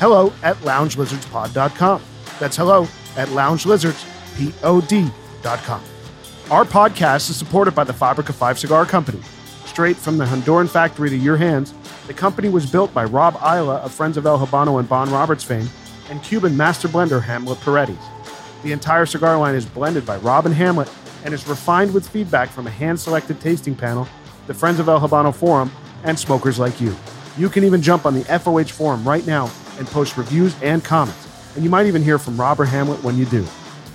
hello at loungelizardspod.com. That's hello at loungelizardspod.com. Our podcast is supported by the Fabrica 5 Cigar Company. Straight from the Honduran factory to your hands, the company was built by Rob Isla of Friends of El Habano and Bon Roberts fame and Cuban master blender Hamlet Paredes. The entire cigar line is blended by Rob and Hamlet and is refined with feedback from a hand selected tasting panel, the Friends of El Habano Forum, and smokers like you. You can even jump on the FOH forum right now and post reviews and comments. And you might even hear from Rob or Hamlet when you do.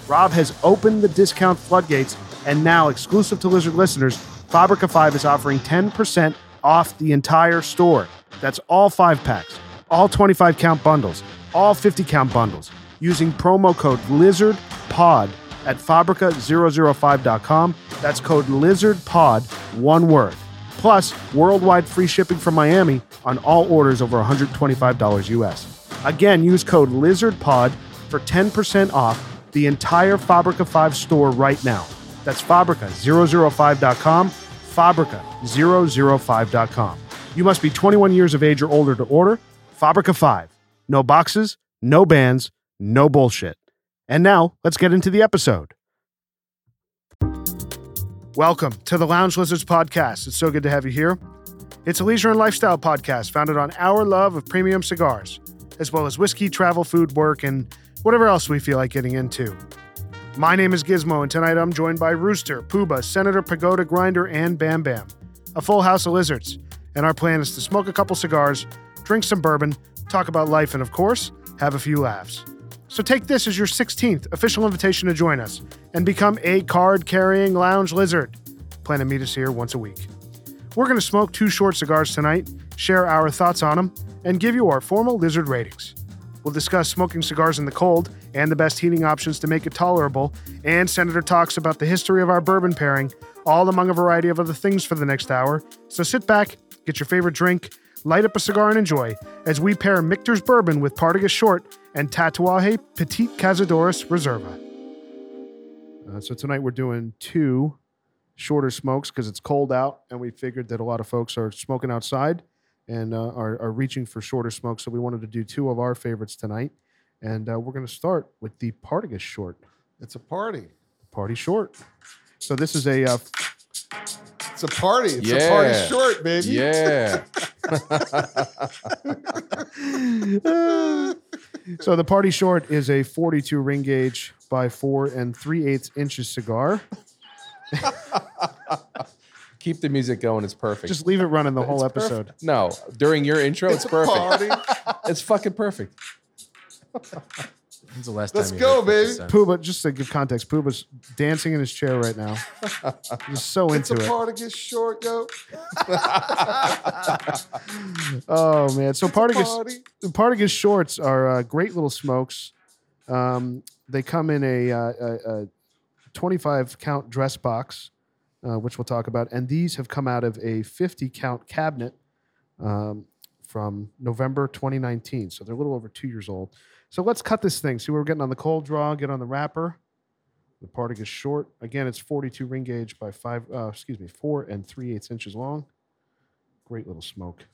Rob has opened the discount floodgates, and now, exclusive to Lizard listeners, Fabrica 5 is offering 10% off the entire store. That's all five packs, all 25 count bundles, all 50 count bundles, using promo code LIZARDPOD at Fabrica005.com. That's code LIZARDPOD, one word. Plus, worldwide free shipping from Miami on all orders over $125 US. Again, use code LIZARDPOD for 10% off the entire Fabrica 5 store right now. That's Fabrica005.com, Fabrica005.com. You must be 21 years of age or older to order. Fabrica 5. No boxes, no bands, no bullshit. And now, let's get into the episode. Welcome to the Lounge Lizards Podcast. It's so good to have you here. It's a leisure and lifestyle podcast founded on our love of premium cigars, as well as whiskey, travel, food, work, and whatever else we feel like getting into. My name is Gizmo, and tonight I'm joined by Rooster, Pooba, Senator Pagoda Grinder, and Bam Bam. A full house of lizards. And our plan is to smoke a couple cigars, drink some bourbon, talk about life, and of course, have a few laughs. So take this as your 16th official invitation to join us and become a card carrying lounge lizard. Plan to meet us here once a week. We're going to smoke two short cigars tonight, share our thoughts on them, and give you our formal lizard ratings. We'll discuss smoking cigars in the cold and the best heating options to make it tolerable, and Senator talks about the history of our bourbon pairing, all among a variety of other things for the next hour. So sit back, get your favorite drink, light up a cigar, and enjoy as we pair Michter's Bourbon with Partagas Short and Tatuaje Petite Cazadores Reserva. Uh, so tonight we're doing two shorter smokes because it's cold out, and we figured that a lot of folks are smoking outside and uh, are, are reaching for shorter smokes. So we wanted to do two of our favorites tonight, and uh, we're going to start with the Partagas short, It's a party. Party short. So this is a uh, It's a party. It's a party Yeah. short, baby. Yeah. so the Party short is a 42 ring gauge by four and three eighths inches cigar. Keep the music going. It's perfect. Just leave it running the whole It's perfect. episode. No, during your intro, It's it's, a perfect. party. It's fucking perfect. When's the last Let's time you go, heard 50 baby. Cent? Pooba, just to give context, Pooba's dancing in his chair right now. He's so it's into a it. party. Get short, yo. Oh man! So Partagas, Party. Partagas shorts are uh, great little smokes. Um, they come in a, uh, a, a 25 count dress box, uh, which we'll talk about, and these have come out of a 50 count cabinet um, from November 2019. So they're a little over two years old. So let's cut this thing. See, we're getting on the cold draw. Get on the wrapper. The Partagas short. Again, it's 42 ring gauge by five. Uh, excuse me, four and three eighths inches long. Great little smoke.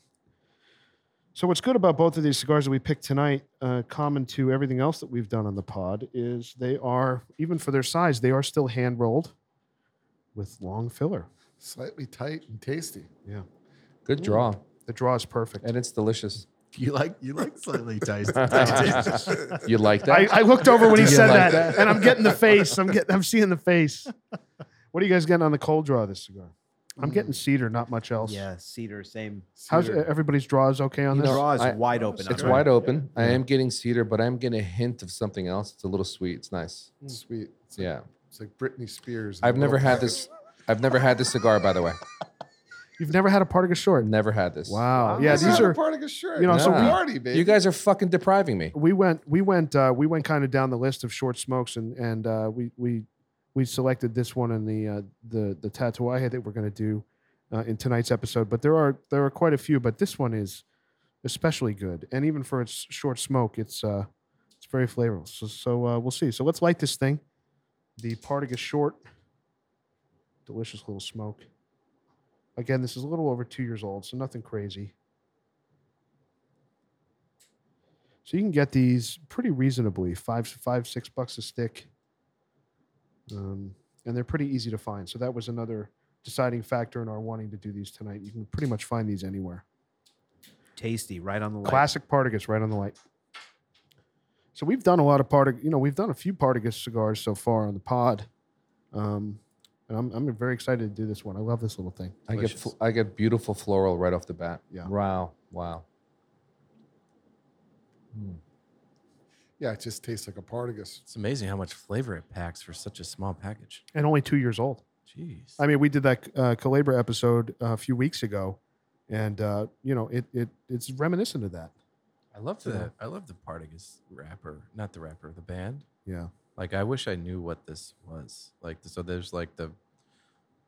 So what's good about both of these cigars that we picked tonight, uh, common to everything else that we've done on the pod, is they are even for their size, they are still hand rolled with long filler. Slightly tight and tasty. Yeah, Good draw. the draw is perfect. And it's delicious. You like you like slightly tasty. You like I, that? I looked over when he Did you said that, like that? and I'm getting the face. I'm getting, I'm seeing the face. What are you guys getting on the cold draw of this cigar? I'm Mm. getting cedar, not much else. Yeah, cedar, same. How's cedar. everybody's draws okay on You this? know, uh, Draw is I- wide open. it's on it. wide open. I am getting cedar, but I'm getting a hint of something else. It's a little sweet. It's nice. Sweet. It's like, Yeah. It's like Britney Spears. in I've a never little had this. I've never had this cigar, by the way. You've never had a Partagas short. Never had this. Wow. I'm Yeah, just these having are a part of a shirt. you know, so we- party, baby. You guys are fucking depriving me. we went we went uh, we went kind of down the list of short smokes and and uh, we we we selected this one and the uh, the the tatuaje that we're going to do uh, in tonight's episode. But there are there are quite a few, but this one is especially good, and even for its short smoke, it's uh, it's very flavorful. So so uh, we'll see. So let's light this thing. The Partagas short, delicious little smoke. Again, this is a little over two years old, so nothing crazy. So you can get these pretty reasonably five, five, six bucks a stick, um, and they're pretty easy to find. So that was another deciding factor in our wanting to do these tonight. You can pretty much find these anywhere. Tasty, right on the light. Classic Partagas, right on the light. So we've done a lot of Partagas. You know, we've done a few Partagas cigars so far on the pod, um, and I'm, I'm very excited to do this one. I love this little thing. I get Delicious. fl- I get beautiful floral right off the bat. Yeah. Wow. Wow. Mm. yeah, it just tastes like a partagas. It's amazing how much flavor it packs for such a small package. and only two years old. Jeez. I mean, we did that uh, Calabria episode uh, a few weeks ago, and uh, you know, it it it's reminiscent of that. I love you know. the I love the Partagas rapper, not the rapper, the band. Yeah, Like I wish I knew what this was. Like so, there's like the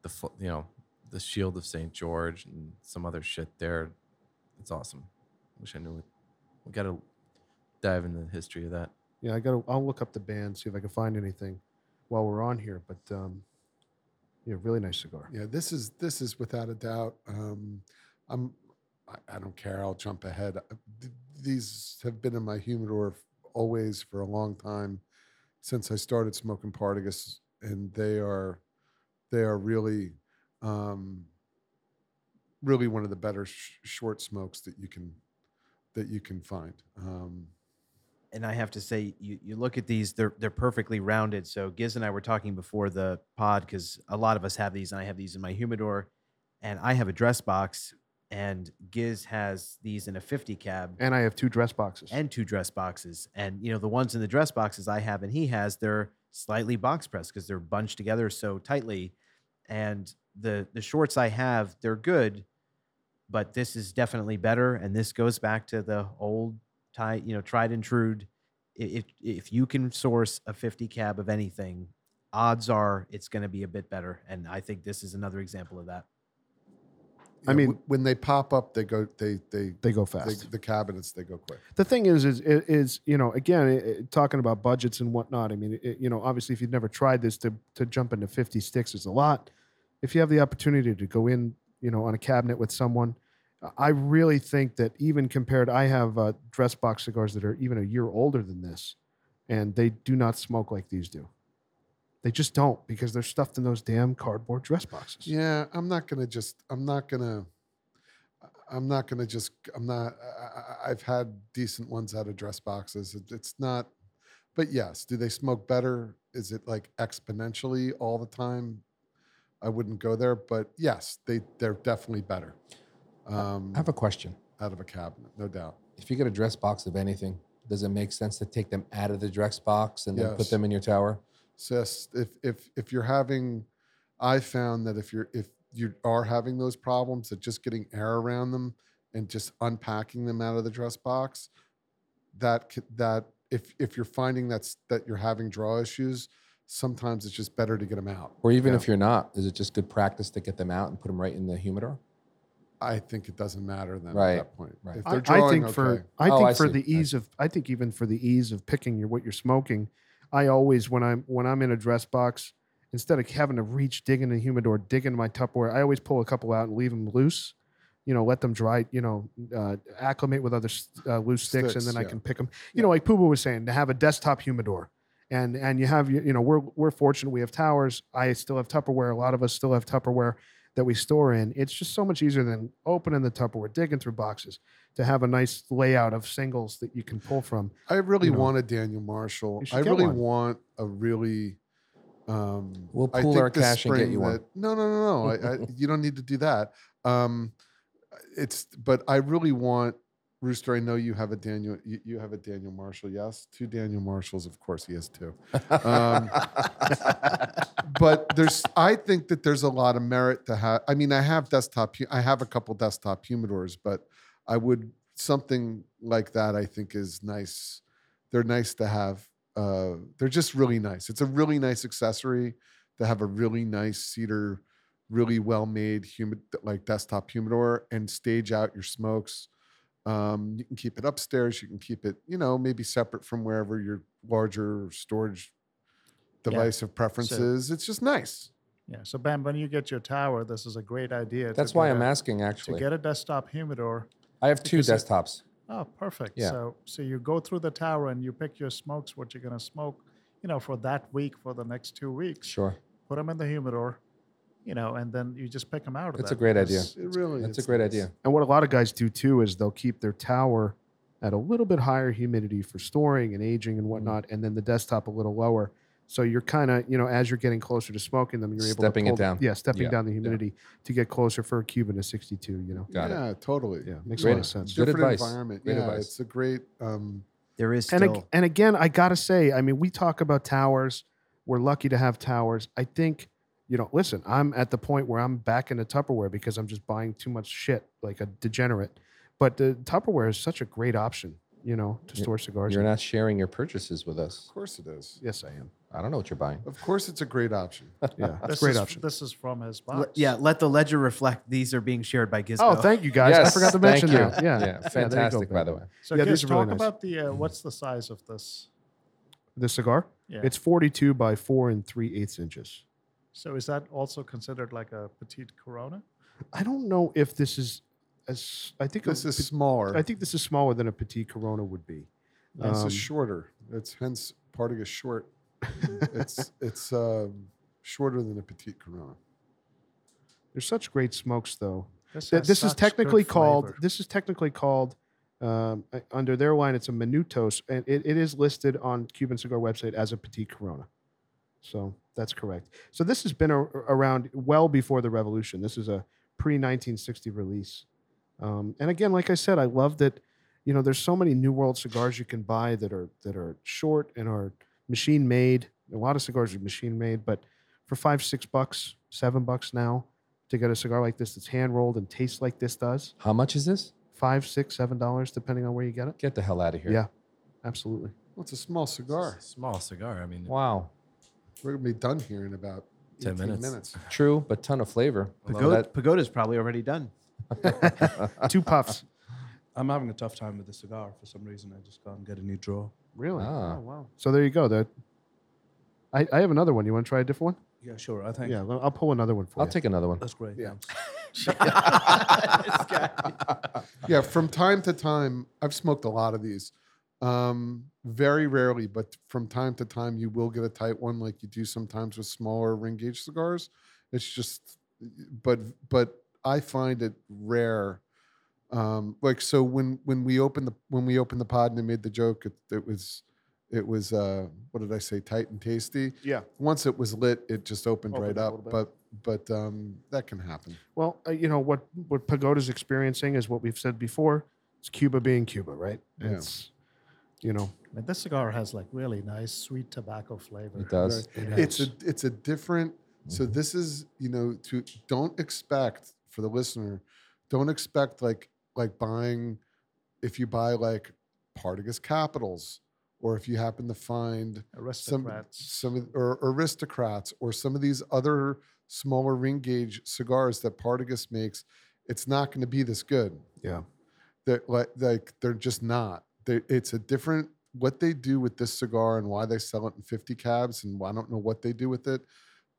the fl- you know the Shield of Saint George and some other shit there. It's awesome. Wish I knew it. We gotta dive into the history of that. yeah. I gotta. I'll look up the band, see if I can find anything while we're on here. But um, yeah, really nice cigar. Yeah, this is this is without a doubt. Um, I'm I, I don't care. I'll jump ahead. Uh, th- These have been in my humidor f- always for a long time since I started smoking Partagas, and they are they are really um, really one of the better sh- short smokes that you can that you can find. Um, and I have to say, you, you look at these; they're they're perfectly rounded. So Giz and I were talking before the pod because a lot of us have these, and I have these in my humidor, and I have a dress box, and Giz has these in a fifty cab And I have two dress boxes. and two dress boxes, and you know the ones in the dress boxes I have and he has, they're slightly box pressed because they're bunched together so tightly, and the the shorts I have, they're good, but this is definitely better, and this goes back to the old tie, you know, tried and true i- if if you can source a 50 cab of anything, odds are it's going to be a bit better. And I think this is another example of that. I yeah, mean- w- when they pop up, they go they they, they go they fast. the cabinets they go quick. the thing is, is i- is you know, again, i i- talking about budgets and whatnot. I mean, it, you know, obviously, if you've never tried this, to to jump into fifty sticks is a lot. If you have the opportunity to go in, you know, on a cabinet with someone, I- I really think that even compared, I have uh, dress box cigars that are even a year older than this, and they do not smoke like these do. They just don't because they're stuffed in those damn cardboard dress boxes. Yeah, I'm not gonna just. I'm not gonna. I- I'm not gonna just. I'm not. I- I, I've had decent ones out of dress boxes. It, it's not. But yes, do they smoke better? Is it like exponentially all the time? I wouldn't go there, but yes, they they're definitely better. Um, I have a question. out of a cabinet, no doubt. If you get a dress box of anything, does it make sense to take them out of the dress box and then Yes. put them in your tower? Sis, if if if you're having, I found that if you're if you are having those problems, that just getting air around them and just unpacking them out of the dress box, that c- that if if you're finding that's that you're having draw issues, sometimes it's just better to get them out. Or even Yeah. if you're not, is it just good practice to get them out and put them right in the humidor? I think it doesn't matter then Right, at that point. right. If I, they're I drawing, think okay. for I Oh, think I for see. the I ease of I think even for the ease of picking your what you're smoking, I always when I'm when I'm in a dress box, instead of having to reach dig in the humidor, dig in my Tupperware, I always pull a couple out and leave them loose. You know, let them dry. You know, uh, acclimate with other s- uh, loose sticks, and Sticks, then I yeah. can pick them. You know, like Pooba was saying, to have a desktop humidor, and and you have you you know we're we're fortunate we have towers. I still have Tupperware. A lot of us still have Tupperware that we store in. It's just so much easier than opening the Tupperware, digging through boxes to have a nice layout of singles that you can pull from. I really you know, want a Daniel Marshall. you should I get really one. want a really. Um, We'll I pool think our this cash and get spring you one. that- No, no, no, no. I, I, you don't need to do that. Um, it's but I really want Rooster, I know you have a Daniel. You, you have a Daniel Marshall. Yes, two Daniel Marshalls. Of course, he has two. Um, but there's, I think that there's a lot of merit to have. I mean, I have desktop. hu- I have a couple desktop humidors, but I would something like that. I think is nice. They're nice to have. Uh, they're just really nice. It's a really nice accessory to have a really nice cedar, really well made humid like desktop humidor and stage out your smokes. Um, you can keep it upstairs. You can keep it, you know, maybe separate from wherever your larger storage device of preference So- is. It's just nice. Yeah. So, Bam, when you get your tower, this is a great idea. to That's get why I'm a- asking. To Actually, get a desktop humidor. I have two because it- desktops. Oh, perfect. Yeah. So, so you go through the tower and you pick your smokes, what you're going to smoke, you know, for that week, for the next two weeks. Sure, Put them in the humidor, you know, and then you just pick them out of That's that. a great idea. because- It really that's a is great nice. idea. And what a lot of guys do too is they'll keep their tower at a little bit higher humidity for storing and aging Mm-hmm. and whatnot, and then the desktop a little lower. So you're kind of, you know, as you're getting closer to smoking them, you're able Stepping to it pull- down. Yeah, stepping Yeah, down the humidity to get closer for a Cuban to 62. You know, Got it. yeah, totally. yeah, makes Great. a lot of sense. Good Different advice. environment. Great yeah, advice. it's a great. Um, There is And, still ag- and again, I gotta say, I mean, we talk about towers. We're lucky to have towers. I think, you know, listen, I'm at the point where I'm back into Tupperware because I'm just buying too much shit like a degenerate. But the Tupperware is such a great option, you know, to You're- store cigars. You're in. not sharing your purchases with us. of course it is. yes, I am. I don't know what you're buying. Of course, it's a great option. Yeah, that's This a great is, option. This is from his Le- box. yeah, let the ledger reflect these are being shared by Gizmo. Oh, thank you guys. I forgot to thank mention you. that. Yeah, yeah, fantastic. by the way, So, Yeah, Giz, these are really talk nice. about the, uh, what's the size of this? The cigar, Yeah. it's 42 by four and three eighths inches. so, is that also considered like a petite Corona? I don't know if this is as. I think a This is pe- smaller. I think this is smaller than a petite Corona would be. it's um, a shorter. It's hence part of a short. it's it's um, shorter than a petite Corona. They're such great smokes, though. This, Th- has this is such good technically called. flavor. This is technically called um, uh, under their line. It's a Minutos, and it, it is listed on Cuban Cigar website as a Petite Corona. So that's correct. So this has been a, around well before the revolution. This is a pre 1960 release. Um, and again, like I said, I love that. You know, there's so many New World cigars you can buy that are that are short and are machine made. A lot of cigars are machine made, but for five, six bucks, seven bucks now to get a cigar like this that's hand rolled and tastes like this does. how much is this? Five, six, seven dollars, depending on where you get it. Get the hell out of here. Yeah. Absolutely. Well, it's a small cigar. It's a small cigar. I mean, Wow. We're gonna be done here in about 10 18 minutes. True, but ton of flavor. Pagoda, Pagoda's probably already done. Two puffs. I'm having a tough time with the cigar for some reason. I just can't get a new draw. Really? Oh, Ah. wow. So there you go. That I, I have another one. You want to try a different one? Yeah, sure. I think Yeah, well, I'll pull another one for I'll you. take another one. that's great. Yeah. thanks. yeah, from time to time, I've smoked a lot of these. Um, very rarely, but from time to time, you will get a tight one, like you do sometimes with smaller ring gauge cigars. It's just, but but I find it rare. Um, like so, when when we opened the when we opened the pod and I made the joke, it, it was it was uh, what did I say, tight and tasty. Yeah. Once it was lit, it just opened, Opened right a little up. bit. But but um, that can happen. Well, uh, you know what what Pagoda's experiencing is what we've said before. It's Cuba being Cuba, right? Yeah. It's you know I mean, this cigar has like really nice sweet tobacco flavor. It does. Right. it's a it's a different so Mhm. this is you know to don't expect for the listener don't expect like like buying if you buy like Partagas Capitals or if you happen to find some Aristocrats. some of- or aristocrats or some of these other smaller ring gauge cigars that Partagas makes it's not going to be this good Yeah. that like like they're just not they it's a different what they do with this cigar and why they sell it in 50 cabs and I don't know what they do with it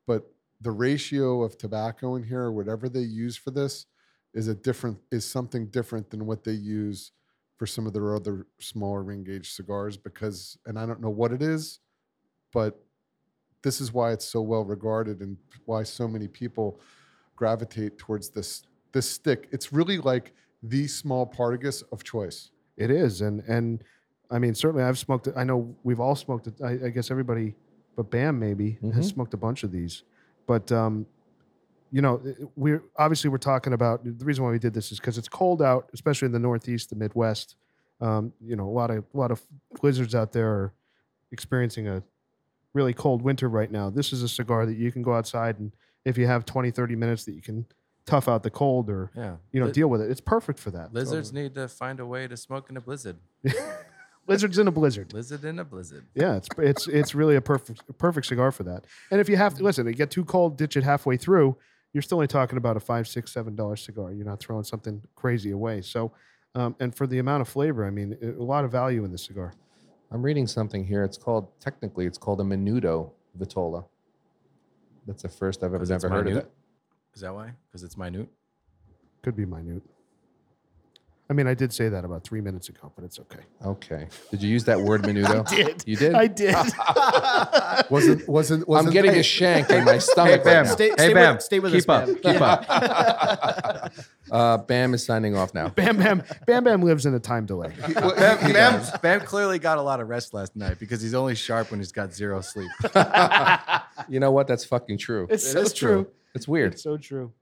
but the ratio of tobacco in here or whatever they use for this is a different is something different than what they use for some of their other smaller ring gauge cigars because and I don't know what it is but this is why it's so well regarded and why so many people gravitate towards this this stick it's really like the small partagas of choice It is, and and I mean, certainly I've smoked. it- I know we've all smoked. it. Mm-hmm. I, I guess everybody, but Bam maybe Mhm. has smoked a bunch of these. But um, you know, it- it- we're obviously we're talking about the reason why we did this is because it's cold out, especially in the Northeast, the Midwest. Um, you know, a lot of a lot of blizzards out there are experiencing a really cold winter right now. This is a cigar that you can go outside and if you have 20, 30 minutes that you can tough out the cold or Yeah. you know Li- deal with it. It's perfect for that. Lizards need to find a way to smoke in a blizzard. Lizards in a blizzard. Blizzard in a blizzard. Yeah, it's it's it's really a perfect a perfect cigar for that. And if you have to listen, you get too cold, ditch it halfway through. You're still only talking about a five, six, seven dollar cigar. You're not throwing something crazy away. So, um, and for the amount of flavor, I mean, a lot of value in the cigar. I'm reading something here. It's called technically it's called a menudo vitola. That's the first I've ever 'Cause it's never heard of minute? it. Is that why? Because it's minute. Could be minute. I mean, I did say that about three minutes ago, but it's okay. Okay. Did you use that word menudo? did. You did? did. Wasn't wasn't wasn't. I'm getting a shank in my stomach right now. Stay, Hey, stay Bam, With, stay with keep us, up, Bam. keep up. Uh, Bam is signing off now. Bam Bam Bam Bam lives in a time delay. Bam, Bam, Bam clearly got a lot of rest last night because he's only sharp when he's got zero sleep. You know what? That's fucking true. It's It so is true. It's weird. so true.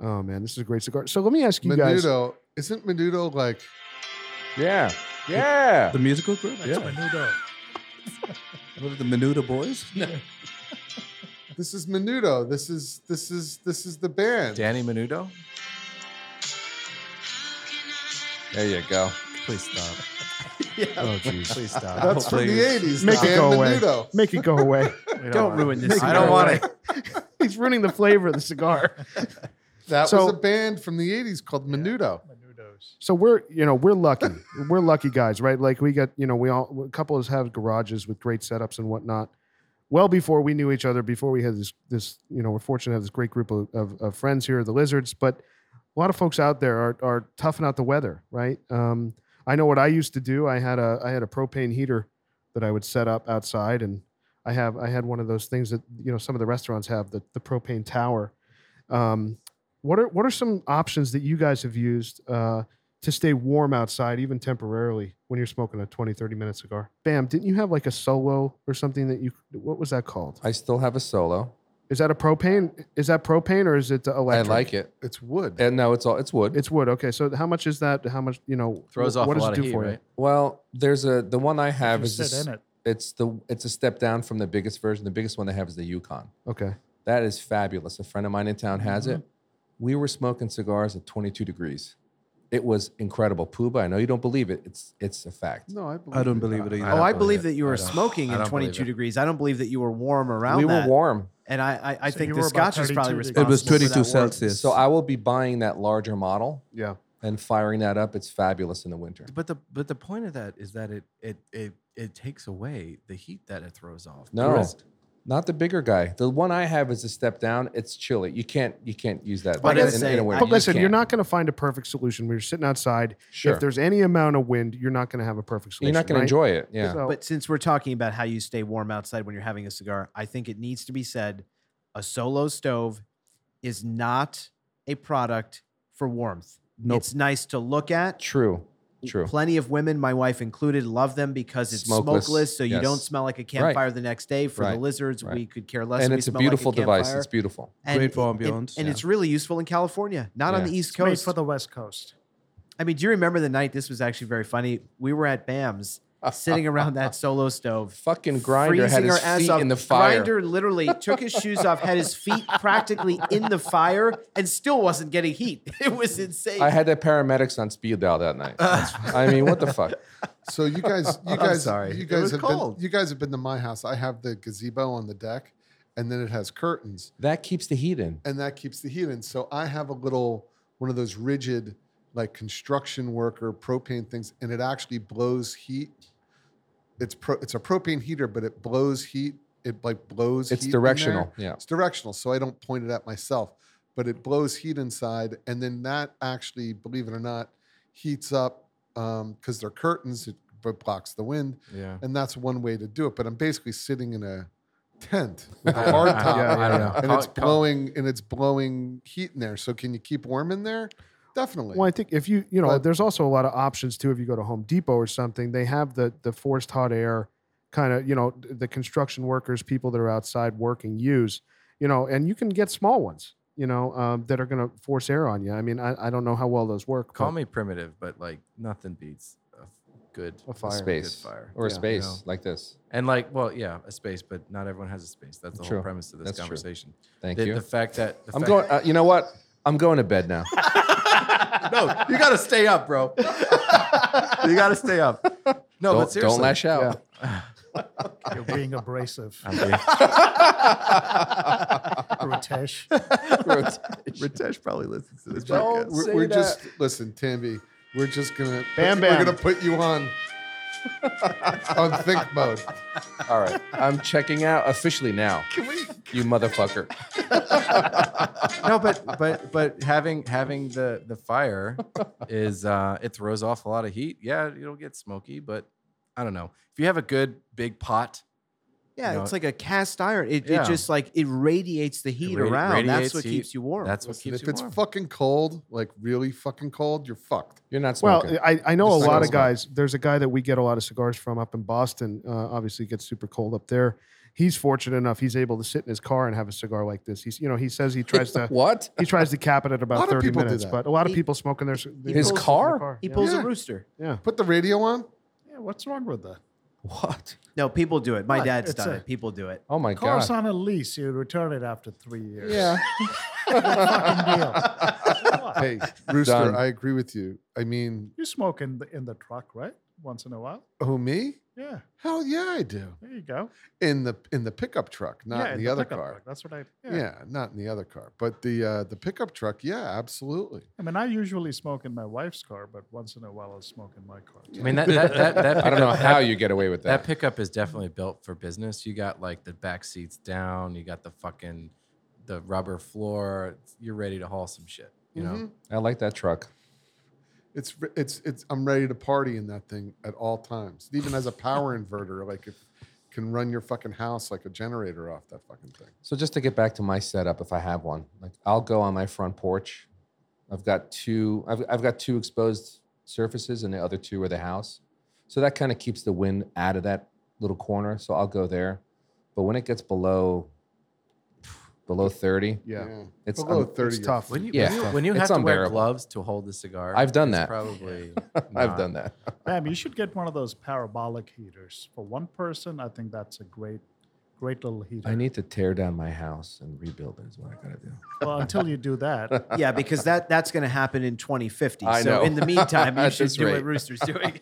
Oh man, this is a great cigar. So let me ask you guys. Menudo. Isn't Menudo like? Yeah. Yeah. The musical group? That's Yeah. menudo. What are the Menuda Boys? This is Menudo. This is this is this is the band. Danny Menudo, There you go. please stop. Oh jeez, Please stop. That's from the Please. '80s. Make the it band go away. Menudo. make it go away. Don't ruin this. I don't want it. it. He's ruining the flavor of the cigar. That So- was a band from the '80s called Menudo. Menudos. So we're you know we're lucky. we're lucky guys, right? Like we got you know we all a couple of us have garages with great setups and whatnot. Well before we knew each other, before we had this this you know we're fortunate to have this great group of, of, of friends here, the Lizards. But a lot of folks out there are are toughing out the weather, right? Um, I know what I used to do. I had a I had a propane heater that I would set up outside, and I have I had one of those things that you know some of the restaurants have the the propane tower. Um, what are what are some options that you guys have used? Uh, to stay warm outside, even temporarily, when you're smoking a 20, 30 minute cigar. Bam, didn't you have like a solo or something that you, what was that called? I still have a solo. Is that a propane? Is that propane or is it the electric? I like it. It's wood. And no, it's all it's wood. It's wood. Okay. So how much is that? How much, you know, Throws wh- off what a does lot it do of heat, for right? well, there's a the one I have You is sit this, in it. it's the it's a step down from the biggest version. The biggest one they have is the Yukon. you? Okay. That is fabulous. A friend of mine in town has Mm-hmm. it. We were smoking cigars at 22 degrees. It was incredible. Puba, I know you don't believe it. It's it's a fact. No, I believe I don't believe it either. Oh, don't I believe believe it. that you I were don't- smoking I in don't believe 22 it. degrees. I don't believe that you were warm around we that. were warm. And I, I, I So think you the were about scotch is 32 probably degrees. responsible. It was for that 22 warmth. Celsius. So I will be buying that larger model Yeah. and firing that up. It's fabulous in the winter. But the but the point of that is that it it it it takes away the heat that it throws off. The No, rest- not the bigger guy. The one I have is a step down. It's chilly. You can't you can't use that. But in, it's in- a- in a winter. I- But You listen, you're can't. not going to find a perfect solution when you're sitting outside. sure. If there's any amount of wind, you're not going to have a perfect solution. You're not going to right? enjoy it. Yeah. So- But since we're talking about how you stay warm outside when you're having a cigar, I think it needs to be said a solo stove is not a product for warmth. Nope. It's nice to look at. True. True. Plenty of women, my wife included, love them because it's smokeless, Smokeless, so you don't yes. smell like a Right. campfire the next day. For the Right, lizards, right. we could care less. And if we it's a smell like beautiful device. campfire. It's beautiful. And Great for it- ambiance, and yeah. it's really useful in California, not on Yeah. the East It's made Coast. for the West Coast. I mean, do you remember the night? This was actually very funny. We were at Bam's, sitting around that solo stove, Fucking grinder had freezing his her ass feet off. in the fire. Grinder literally took his shoes off, had his feet practically in the fire, and still wasn't getting heat. It was insane. I had the paramedics on speed dial that night. I mean, what the fuck? So you guys, you guys, sorry. you It guys was have cold. been, you guys have been to my house. I have the gazebo on the deck, and then it has curtains, That keeps the heat in. and that keeps the heat in. So I have a little one of those rigid, like construction worker propane things, and it actually blows heat. It's pro, it's a propane heater, but it blows heat. It like blows. It's heat in there. directional. Yeah. It's directional, so I don't point it at myself, but it blows heat inside, and then that actually, believe it or not, heats up because they're curtains. It b- blocks the wind, Yeah. and that's one way to do it. But I'm basically sitting in a tent with I- a hard I- top, Yeah, yeah, I don't yeah. know. and Call it's it- call it- blowing and it's blowing heat in there. So can you keep warm in there? Definitely. Well, I think if you you know, But- there's also a lot of options too. If you go to Home Depot or something, they have the the forced hot air kind of you know the construction workers, people that are outside working use. You you know, and you can get small ones, you know, um, that are going to force air on you. I mean, I, I don't know how well those work. Call but- me primitive, but like nothing beats a good A fire. good space fire. or a Yeah. space You know. like this. And like, well, yeah, a space, but not everyone has a space. That's the True. whole premise of this That's true. conversation. Thank the, you. the fact that the I'm fact- going. Uh, you know what? I'm going to bed now. no, you got to stay up, bro. you got to stay up. No, but don't, seriously, don't lash out. You're being abrasive, I'm being- Ritesh. Ritesh probably listens to this Don't podcast. we're, we're just listen, Tammy. We're just gonna Bam, we're bam. gonna put you on on think mode. All right. I'm checking out officially now. You motherfucker. No, but but but having having the the fire is uh it throws off a lot of heat. Yeah, it'll get smoky, but I don't know. If you have a good big pot, Yeah, You know, it's like a cast iron. It, yeah. it just like it radiates the heat radi- around. That's radiates what heat. keeps you warm. that's what Listen, keeps if you it's warm. fucking cold, like really fucking cold, you're fucked. You're not Well, smoking. I, I know a Just lot smoke. of guys. There's a guy that we get a lot of cigars from up in Boston. Uh, obviously, it gets super cold up there. He's fortunate enough; he's able to sit in his car and have a cigar like this. He's, you know, he says he tries to what? he tries to cap it at A lot about of thirty people do minutes, that. but a lot of He- people smoking their c- he their His cigars in car? he yeah. pulls Yeah. a rooster. Yeah. Put the radio on. Yeah, what's wrong with that? What? No, people do it. My What? dad's It's done a- it. People do it. Oh my Car's god. on a lease. You return it after three years. Yeah. Fucking deal. What? Hey, Rooster, Done. I agree with you. I mean, You smoke in the, in the truck, right? Once in a while. who me? Yeah, Hell yeah, I do. there you go. In the in the pickup truck, not yeah, in the, other pickup car. truck. That's what I. Yeah. Yeah. not in the other car, but the uh, the pickup truck. Yeah, absolutely. I mean, I usually smoke in my wife's car, but once in a while I'll smoke in my car. I mean that that that, that I don't know pickup- how you get away with That that. pickup is definitely built for business. You got like the back seats down. You got the fucking the rubber floor. You're ready to haul some shit. You know, Mhm. I like that truck. it's re- it's it's. I'm ready to party in that thing at all times. It even has a power inverter, like it can run your fucking house like a generator off that fucking thing. So just to get back to my setup, if I have one, like I'll go on my front porch. I've got two. I've, I've got two exposed surfaces, and the other two are the house. So that kind of keeps the wind out of that little corner. So I'll go there. But when it gets below below thirty, Yeah. it's Below um, 30 It's years. tough. when you Yeah. when you, when you It's have to wear unbearable. gloves to hold the cigar, I've done it's that. Probably, I've not- done that. Damn, you should get one of those parabolic heaters for one person. I think that's a great, great little heater. I need to tear down my house and rebuild it. Is what I gotta do. well, until you do that, Yeah, because that that's going to happen in 2050. I so know. in the meantime, you At should this do rate. what Rooster's doing.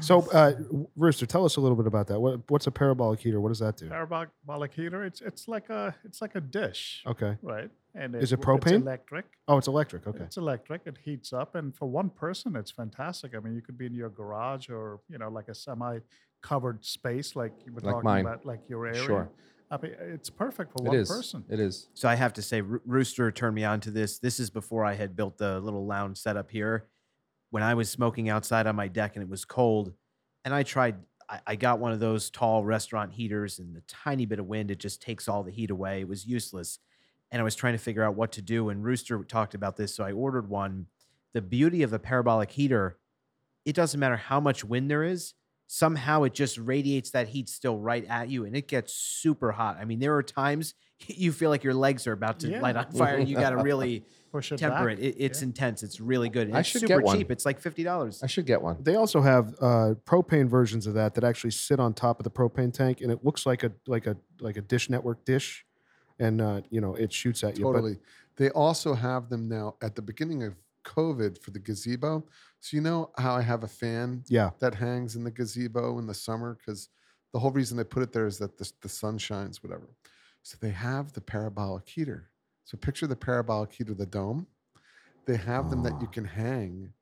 So, uh, Rooster, tell us a little bit about that. What, what's a parabolic heater? What does that do? parabolic heater. It's it's like a it's like a dish, Oh. Okay. right? And Is it w- propane? It's electric. Oh, it's electric. Okay. It's electric. It heats up, and for one person, it's fantastic. I mean, you could be in your garage or you know, like a semi-covered space, like you were Like talking mine. about, like your area. Sure. I mean, it's perfect for It one is. person. It is. So I have to say, Roo- Rooster turned me on to this. This is before I had built the little lounge setup here. When I was smoking outside on my deck and it was cold, and I tried, I, I got one of those tall restaurant heaters, and the tiny bit of wind, it just takes all the heat away. It was useless. And I was trying to figure out what to do. And Rooster talked about this. So I ordered one. The beauty of a parabolic heater, it doesn't matter how much wind there is, somehow it just radiates that heat still right at you and it gets super hot. I mean, there are times you feel like your legs are about to light Yeah. on fire. You got to really Push it temper back. it. it it's yeah. intense. It's really good. And I it's should super get one. cheap. It's like $50. I should get one. They also have uh, propane versions of that that actually sit on top of the propane tank, and it looks like a like a like a Dish Network dish, and uh, you know it shoots at you. but- Totally. they also have them now at the beginning of COVID for the gazebo. So you know how I have a fan yeah. that hangs in the gazebo in the summer because the whole reason they put it there is that the, the sun shines, whatever. So they have the parabolic heater. So picture the parabolic heater, the dome. They have them that you Ah. can hang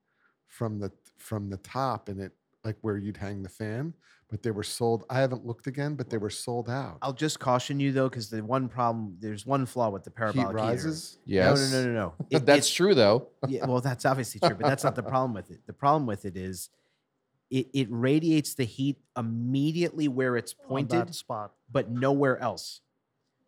from the from the top, and it like where you'd hang the fan. But they were sold. I haven't looked again, but they were sold out. I'll just caution you though, because the one problem, there's one flaw with the Heat parabolic rises. heater. Yes. No, no, no, no, no. It- That's it- true though. yeah, well, that's obviously true, but that's not the problem with it. The problem with it is it, it radiates the heat immediately where it's On pointed. that spot. but nowhere else.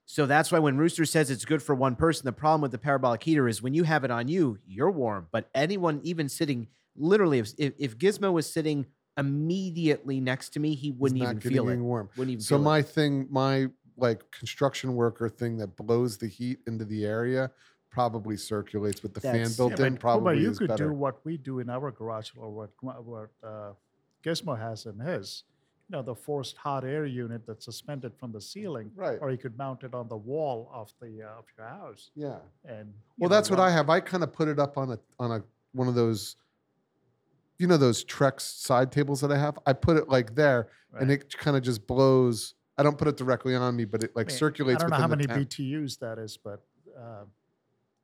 So that's why when Rooster says it's good for one person, the problem with the parabolic heater is when you have it on you, you're warm. But anyone, even sitting, literally, if, if, if Gizmo was sitting immediately next to me, he It's wouldn't not even getting feel any it. warm. Wouldn't even So feel my it. thing, my like construction worker thing that blows the heat into the area probably circulates with the fan That's- built but- in. but Probably you is could better. do what we do in our garage or what Gma- what uh, Gizmo has in his. You know, the forced hot air unit that's suspended from the ceiling, right. or you could mount it on the wall of the uh, of your house. yeah. And you Well, know, that's what I run- have. I kind of put it up on a on a one of those, you know, those Trex side tables that I have. I put it like there, and right. it kind of just blows. I don't put it directly on me, but it like I mean, circulates. I don't know within how the many tent. BTUs that is, but uh,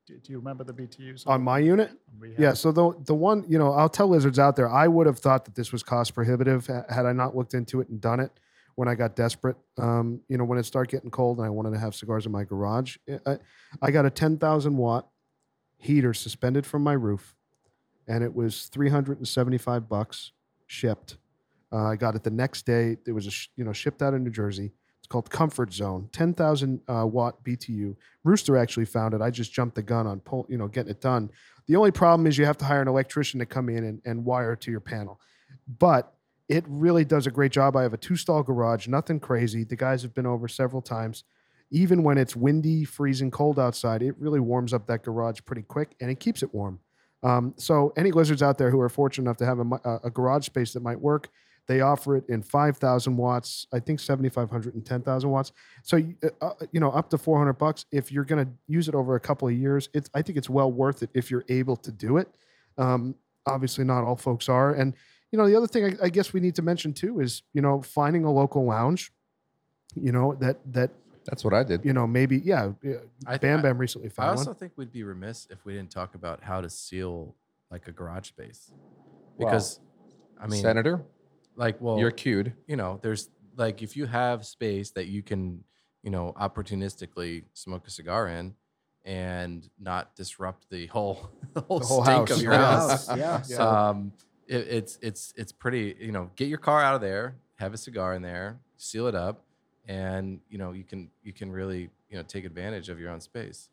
do, do you remember the BTUs on my unit. we had? Yeah. So the the one, you know, I'll tell lizards out there, I would have thought that this was cost prohibitive ha- had I not looked into it and done it when I got desperate. Um, you know, when it started getting cold and I wanted to have cigars in my garage, I- I, I got a ten thousand watt heater suspended from my roof, and it was three hundred and seventy five bucks shipped. Uh, I got it the next day. It was a sh- you know shipped out of New Jersey. It's called Comfort Zone, ten thousand uh, watt BTU. Rooster actually found it. I just jumped the gun on pull, you know, getting it done. The only problem is you have to hire an electrician to come in and, and wire to your panel. But it really does a great job. I have a two stall garage, nothing crazy. The guys have been over several times. Even when it's windy, freezing cold outside, it really warms up that garage pretty quick and it keeps it warm. Um, so, any lizards out there who are fortunate enough to have a, mi- a- a garage space that might work, they offer it in 5,000 watts, I think 7,500 and 10,000 watts. So, you- uh, uh, you know, up to 400 bucks. If you're going to use it over a couple of years, it's, I think it's well worth it if you're able to do it. Um, obviously, not all folks are. And, you know, the other thing I, I guess we need to mention too is, you know, finding a local lounge, you know, that, that, That's what I did. you know, maybe, yeah, yeah, I, th- Bam I, Bam recently I found also one. think we'd be remiss if we didn't talk about how to seal like a garage space Wow. because I mean, Senator, like, well, you're cued. you know, there's like if you have space that you can, you know, opportunistically smoke a cigar in and not disrupt the whole the whole, The whole stink house, of your yeah. house. yeah. Yeah. Um, it, it's it's it's pretty. You know, get your car out of there, have a cigar in there, seal it up, and you know you can you can really you know take advantage of your own space.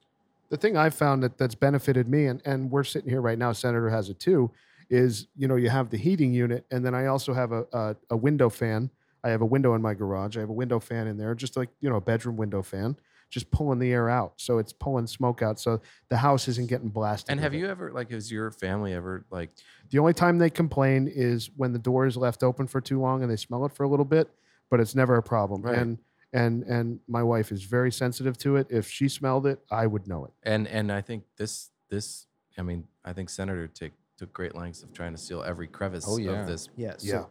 the thing I've found that that's benefited me, and, and we're sitting here right now, Senator has it too, is you know, you have the heating unit, and then I also have a, a, a window fan. I have a window in my garage. I have a window fan in there, just like, you know, a bedroom window fan, just pulling the air out. So it's pulling smoke out. So the house isn't getting blasted. And with have it. you ever like has your family ever like The only time they complain is when the door is left open for too long and they smell it for a little bit, but it's never a problem. Right. And and and my wife is very sensitive to it. If she smelled it, I would know it. and and I think this this I mean I think Senator took took great lengths of trying to seal every crevice Oh, yeah. of this Yeah. So Yeah.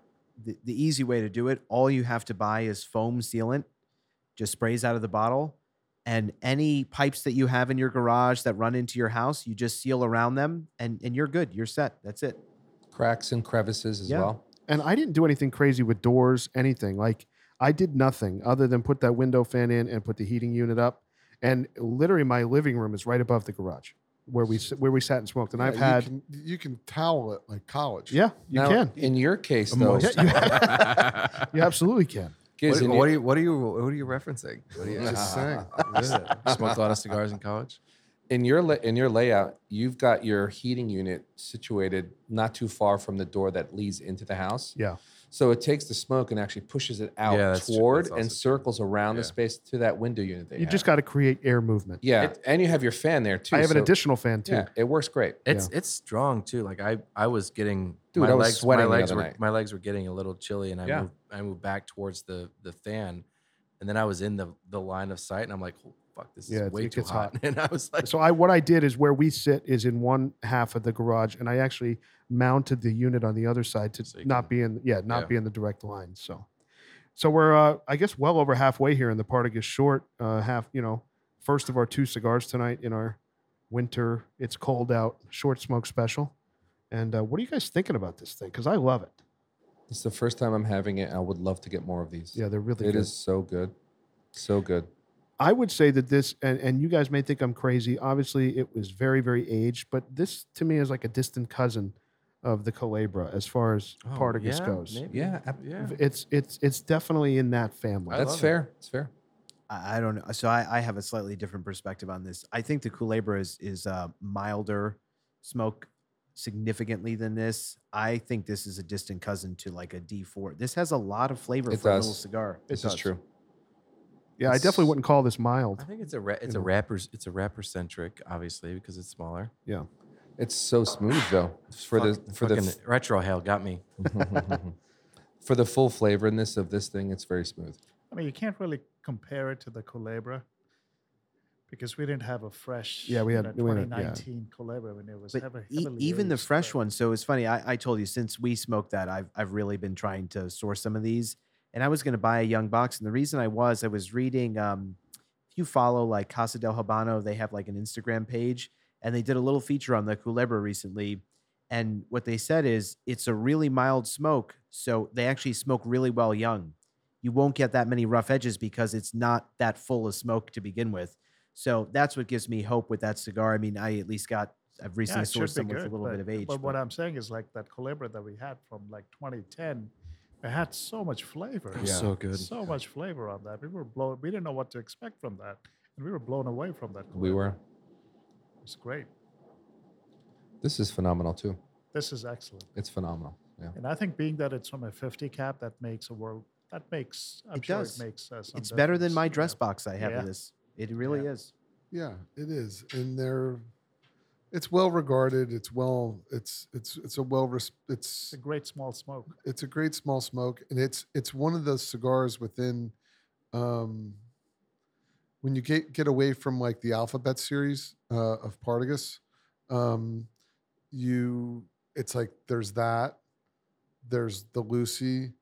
The, the easy way to do it, all you have to buy is foam sealant, just sprays out of the bottle. And any pipes that you have in your garage that run into your house, you just seal around them and, and you're good. You're set. That's it. Cracks and crevices as Yeah. well. and I didn't do anything crazy with doors, anything. Like I did nothing other than put that window fan in and put the heating unit up. And literally, my living room is right above the garage where we s- where we sat and smoked. And I've Yeah, had, you can, you can towel it like college. yeah, you Now, can, In your case, though, Most. Yeah, you- you absolutely can. Giz, in what, your- what are you? What are you? What are you referencing? What are you Just saying. smoked a lot of cigars in college. in your la- in your layout, you've got your heating unit situated not too far from the door that leads into the house. Yeah. So it takes the smoke and actually pushes it out Yeah, that's true. toward That's also and true. circles around Yeah. the space to that window unit. That You just have. got to create air movement. yeah, It- and you have your fan there too. I have an so- additional fan too. Yeah, it works great. It's it's strong too. Like I I was getting Dude, my I was legs sweating the my legs other were night. my legs were getting a little chilly and I Yeah. moved I moved back towards the the fan and then I was in the the line of sight and I'm like oh, fuck this Yeah, is it- way it too gets hot. and I was like So I what I did is where we sit is in one half of the garage, and I actually mounted the unit on the other side to So you not can- be in yeah not yeah. be in the direct line. So, so we're uh, I guess well over halfway here in the Partagas short uh, half. You know, first of our two cigars tonight in our winter. It's cold out short smoke special. And uh, what are you guys thinking about this thing? Because I love it. It's the first time I'm having it. I would love to get more of these. Yeah, they're really it good. is so good, so good. I would say that this, and, and you guys may think I'm crazy. Obviously, it was very, very aged, but this to me is like a distant cousin of the Calabra as far as oh, Partagas yeah, goes. maybe. Yeah, ab- yeah. It's it's it's definitely in that family. I that's love it. fair. It's fair. I, I don't know. So I, I have a slightly different perspective on this. I think the Culebra is is uh, milder smoke significantly than this. I think this is a distant cousin to like a D4. This has a lot of flavor It for a little does. cigar. This is does. true. Yeah, I definitely It's- wouldn't call this mild. I think it's a ra- it's a Yeah. rapper's it's a rapper centric, obviously because it's smaller. It's so smooth though. For the Fuck- for the fucking retro hell got me. f- for the full flavorness of this thing, it's very smooth. I mean, you can't really compare it to the Culebra because we didn't have a fresh. Yeah, we you had- know, we had a- yeah. 2019 Culebra when it was But heavy, e- heavily even the aged, fresh but- one. So it's funny. I, I told you since we smoked that, I've I've really been trying to source some of these. And I was going to buy a young box, and the reason I was, I was reading. Um, if you follow like Casa del Habano, they have like an Instagram page, and they did a little feature on the Culebra recently. And what they said is it's a really mild smoke, so they actually smoke really well young. You won't get that many rough edges because it's not that full of smoke to begin with. So that's what gives me hope with that cigar. I mean, I at least got I've Yeah, recently it should sourced be some with a good, little bit but- of age. But what I'm saying is like that Culebra that we had from like 2010, it had so much flavor. It was so good. So much flavor on that. We were blown. We didn't know what to expect from that, and we were blown away from that. We Culebra. were. It's great. This is phenomenal too. This is excellent. It's phenomenal. Yeah. And I think being that it's from a 50 cap, that makes a world. That makes. I'm It sure does. it makes. Uh, some it's better than difference. my Yeah. dress box I have Yeah. in this. It really Yeah. is. Yeah, it is, and they're it's well regarded. It's well, it's it's it's a well res, It's it's a great small smoke. it's a great small smoke, and it's it's one of those cigars within. Um, when you get get away from like the alphabet series uh, of Partagas, um, you it's like there's that, there's the Lucy,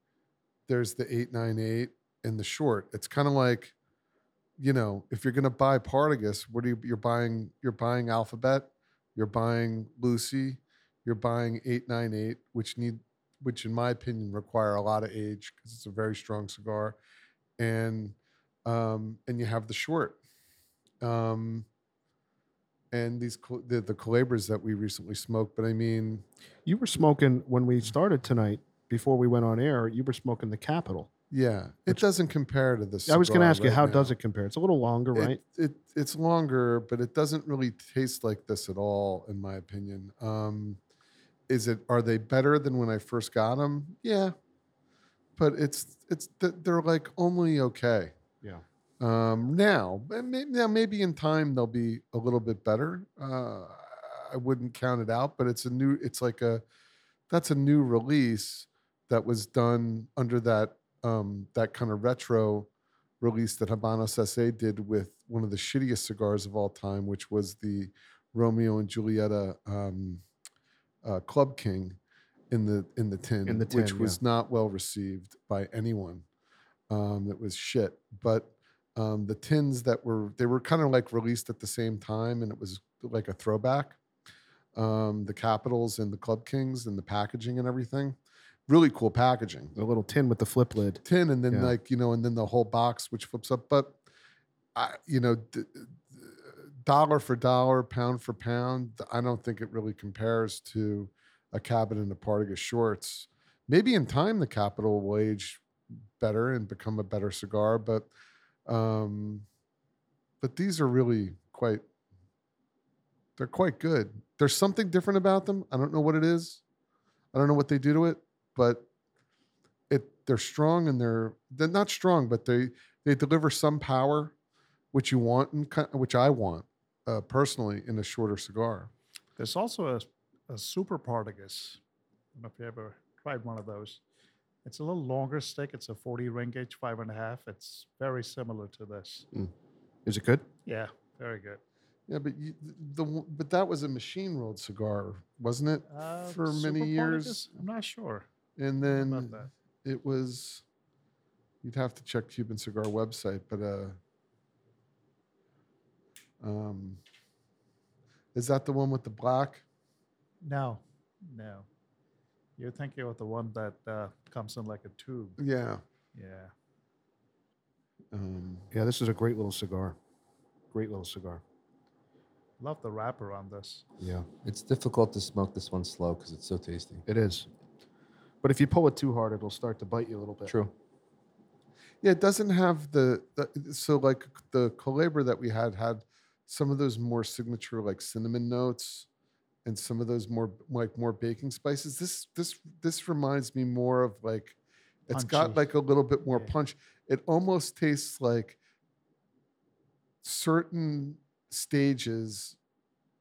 there's the eight nine eight, and the short. It's kind of like, you know, if you're gonna buy Partagas, what do you you're buying? You're buying Alphabet, you're buying Lucy, you're buying eight nine eight, which need which in my opinion require a lot of age because it's a very strong cigar, and um, and you have the short, um, and these Cul- the the Calabras that we recently smoked. But I mean, You were smoking when we started tonight. Before we went on air, you were smoking the Capitol. yeah, it doesn't compare to this. I was going to ask you, how does it compare? It's a little longer, right? It, it it's longer, but it doesn't really taste like this at all, in my opinion. Um, is it? Are they better than when I first got them? Yeah, but it's it's th- they're like only okay. Yeah. Um, now, but may- now maybe in time they'll be a little bit better. Uh, I wouldn't count it out, but it's a new. It's like a that's a new release that was done under that um, that kind of retro release that Habanos SA did with one of the shittiest cigars of all time, which was the Romeo and Julieta um, uh, Club King in the in the tin, In the which tin, yeah. was not well received by anyone. Um, it was shit, but um, the tins that were they were kind of like released at the same time, and it was like a throwback. Um, the Capitals and the Club Kings and the packaging and everything, really cool packaging The little tin with the flip lid. tin and then Yeah. like you know and then the whole box which flips up but i you know d- d- dollar for dollar pound for pound i don't think it really compares to a cabin in a Partagas shorts maybe in time the capital will age better and become a better cigar but um but these are really quite they're quite good there's something different about them i don't know what it is i don't know what they do to it but it they're strong and they're they're not strong, but they they deliver some power, which you want and ki- which I want uh, personally in a shorter cigar. There's also a, a super partagas. I don't know if you ever tried one of those. It's a little longer stick. It's a 40 ring gauge, five and a half. It's very similar to this. Mm. Is it good? Yeah, very good. Yeah, but you, the w- but that was a machine rolled cigar, wasn't it, Uh, for many Super years? Partagas? I'm not sure And about then that. it was. You'd have to check Cuban cigar website, but uh, um, is that the one with the black? No, no. You're thinking of the one that uh, comes in like a tube. Yeah. Yeah. Um, Yeah, this is a great little cigar. Great little cigar. Love the wrapper on this. Yeah, It's difficult to smoke this one slow because it's so tasty. it is. But if you pull it too hard, it'll start to bite you a little bit. True. Yeah, it doesn't have the, the so like the Calabra that we had had some of those more signature like cinnamon notes and some of those more like more baking spices. This this this reminds me more of like it's got Punchy. like a little bit more Yeah. punch. It almost tastes like certain stages.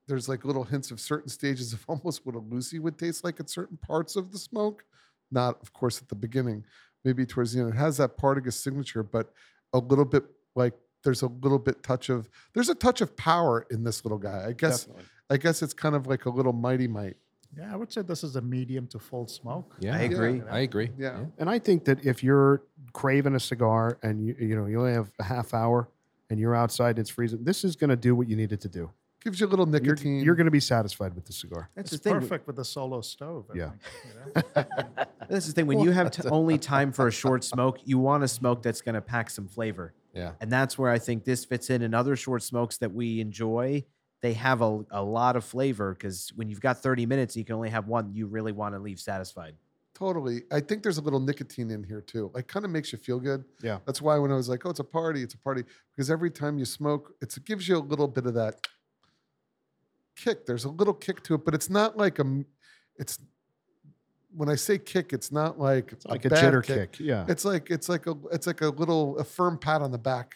There's like little hints of certain stages of almost what a Lucy would taste like at certain parts of the smoke. Not, of course, at the beginning, maybe towards the end. It has that Partagas signature, but a little bit like there's a little bit touch of there's a touch of power in this little guy. I guess Definitely. I guess it's kind of like a little mighty might. Yeah, I would say this is a medium to full smoke. Yeah. I Yeah. agree. I agree. Yeah. And I think that if you're craving a cigar and you you know you only have a half hour and you're outside and it's freezing, this is going to do what you need it to do. Gives you a little You're, nicotine. you're going to be satisfied with the cigar. That's It's the thing. perfect with the solo stove. I Yeah. think, you know? That's the thing. When you have t- only time for a short smoke, you want a smoke that's going to pack some flavor. Yeah. And that's where I think this fits in. And other short smokes that we enjoy, they have a, a lot of flavor because when you've got 30 minutes, you can only have one you really want to leave satisfied. Totally. I think there's a little nicotine in here too. Like kind of makes you feel good. Yeah. That's why when I was like, oh, it's a party, it's a party, because every time you smoke, it's, it gives you a little bit of that kick. There's a little kick to it, but it's not like a, m- it's, when I say kick, it's not like it's Like a, jitter kick. Yeah. It's like, it's like a, it's like a little, a firm pat on the back.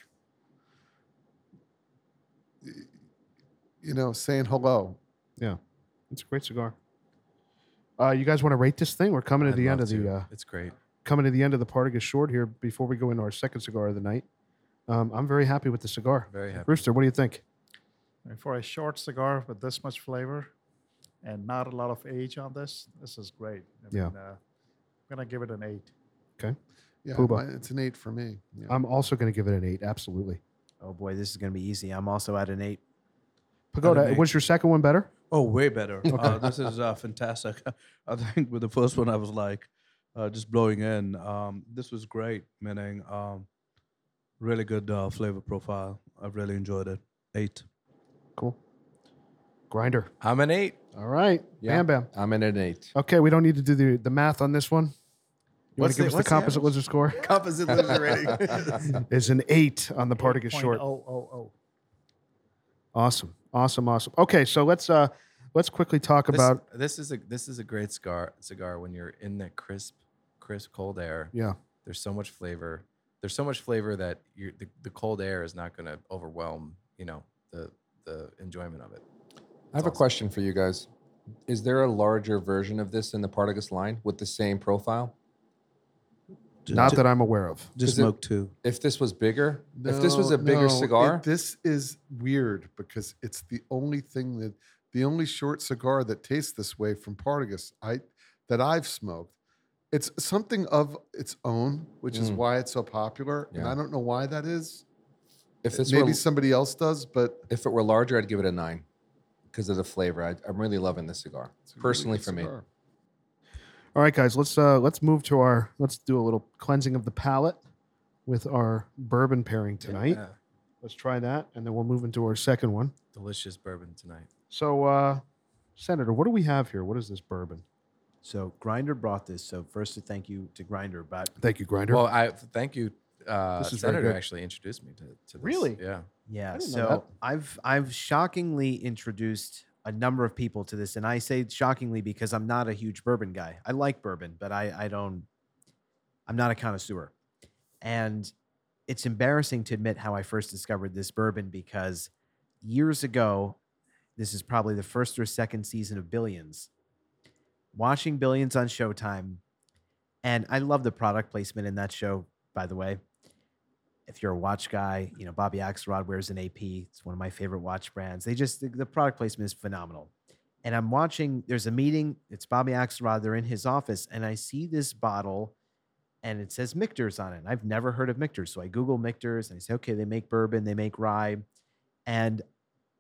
You know, saying hello. It's a great cigar. Uh, you guys want to rate this thing? We're coming to I'd the end love of the to. uh, it's great. coming to the end of the Partagas short here before we go into our second cigar of the night. Um, I'm very happy with the cigar. Very happy. Rooster, what do you think? I mean, for a short cigar with this much flavor and not a lot of age on this, this is great. I Yeah. mean, uh, I'm going to give it an eight. Yeah. Puba. my- It's an eight for me. Yeah. I'm also going to give it an eight. Absolutely. Oh boy, this is going to be easy. I'm also at an eight. Pagoda, eight. was your second one better? Oh, way better. Uh, this is uh, fantastic. I think with the first one, I was like uh, just blowing in. Um, this was great, meaning um, really good uh, flavor profile. I've really enjoyed it. Eight. Cool. Grinder. I'm an eight. All right. Yeah. Bam bam. I'm at an eight. Okay, we don't need to do the, the math on this one. You want What's to give the- us the what's the composite average? lizard score? Composite loser rating. It's an eight on the Partagas short. Oh, oh, oh. Awesome. Awesome. Awesome. Okay, so let's uh let's quickly talk This- about this, is a this is a great cigar cigar when you're in that crisp crisp cold air. yeah. There's so much flavor. There's so much flavor that you're, the, the cold air is not going to overwhelm you know the the enjoyment of it. I have a awesome. question for you guys. Is there a larger version of this in the Partagas line with the same profile? Ju- Not ju- that I'm aware of. Just is it- smoke two. If this was bigger, if this was a No, bigger no, it- cigar, this is weird because it's the only thing that the only short cigar that tastes this way from Partagas I that I've smoked. It's something of its own, which is Mm. why it's so popular, and Yeah. I don't know why that is. if this Maybe were somebody else does, but if it were larger, I'd give it a nine because of the flavor. I, I'm really loving this cigar it's a really personally good for me. cigar. All right, guys, let's uh let's move to our let's do a little cleansing of the palate with our bourbon pairing tonight. Yeah. Let's try that and then we'll move into our second one. Delicious bourbon tonight. So uh Senator, what do we have here? What is this bourbon? So Grinder brought this. So first, to thank you to Grinder, but Thank you, Grinder. Well, I thank you. Uh, This is very Senator good. actually introduced me to, to this. Really? Yeah. Yeah. didn't know that. so I've I've shockingly introduced a number of people to this, and I say shockingly because I'm not a huge bourbon guy. I like bourbon, but I I don't. I'm not a connoisseur, and it's embarrassing to admit how I first discovered this bourbon because years ago, this is probably the first or second season of Billions, watching Billions on Showtime, and I love the product placement in that show. By the way, if you're a watch guy, you know, Bobby Axelrod wears an AP. It's one of my favorite watch brands. They just, the, the product placement is phenomenal. And I'm watching, there's a meeting. It's Bobby Axelrod. They're in his office. And I see this bottle and it says Michter's on it. I've never heard of Michter's. So I Google Michter's and I say, okay, they make bourbon, they make rye. And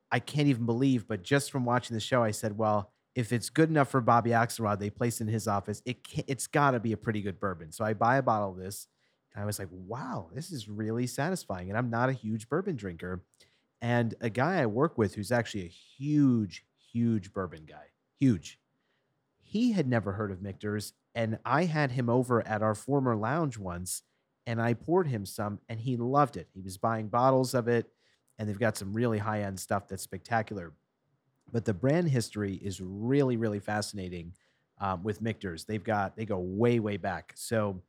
I can't even believe, but just from watching the show, I said, well, if it's good enough for Bobby Axelrod, they place it in his office, it can, it's got to be a pretty good bourbon. So I buy a bottle of this. And I was like, wow, this is really satisfying. And I'm not a huge bourbon drinker. And a guy I work with who's actually a huge, huge bourbon guy, huge, he had never heard of Michter's. And I had him over at our former lounge once and I poured him some and he loved it. He was buying bottles of it and they've got some really high end stuff that's spectacular. But the brand history is really, really fascinating um, with Michter's. They've got, they go way, way back. So,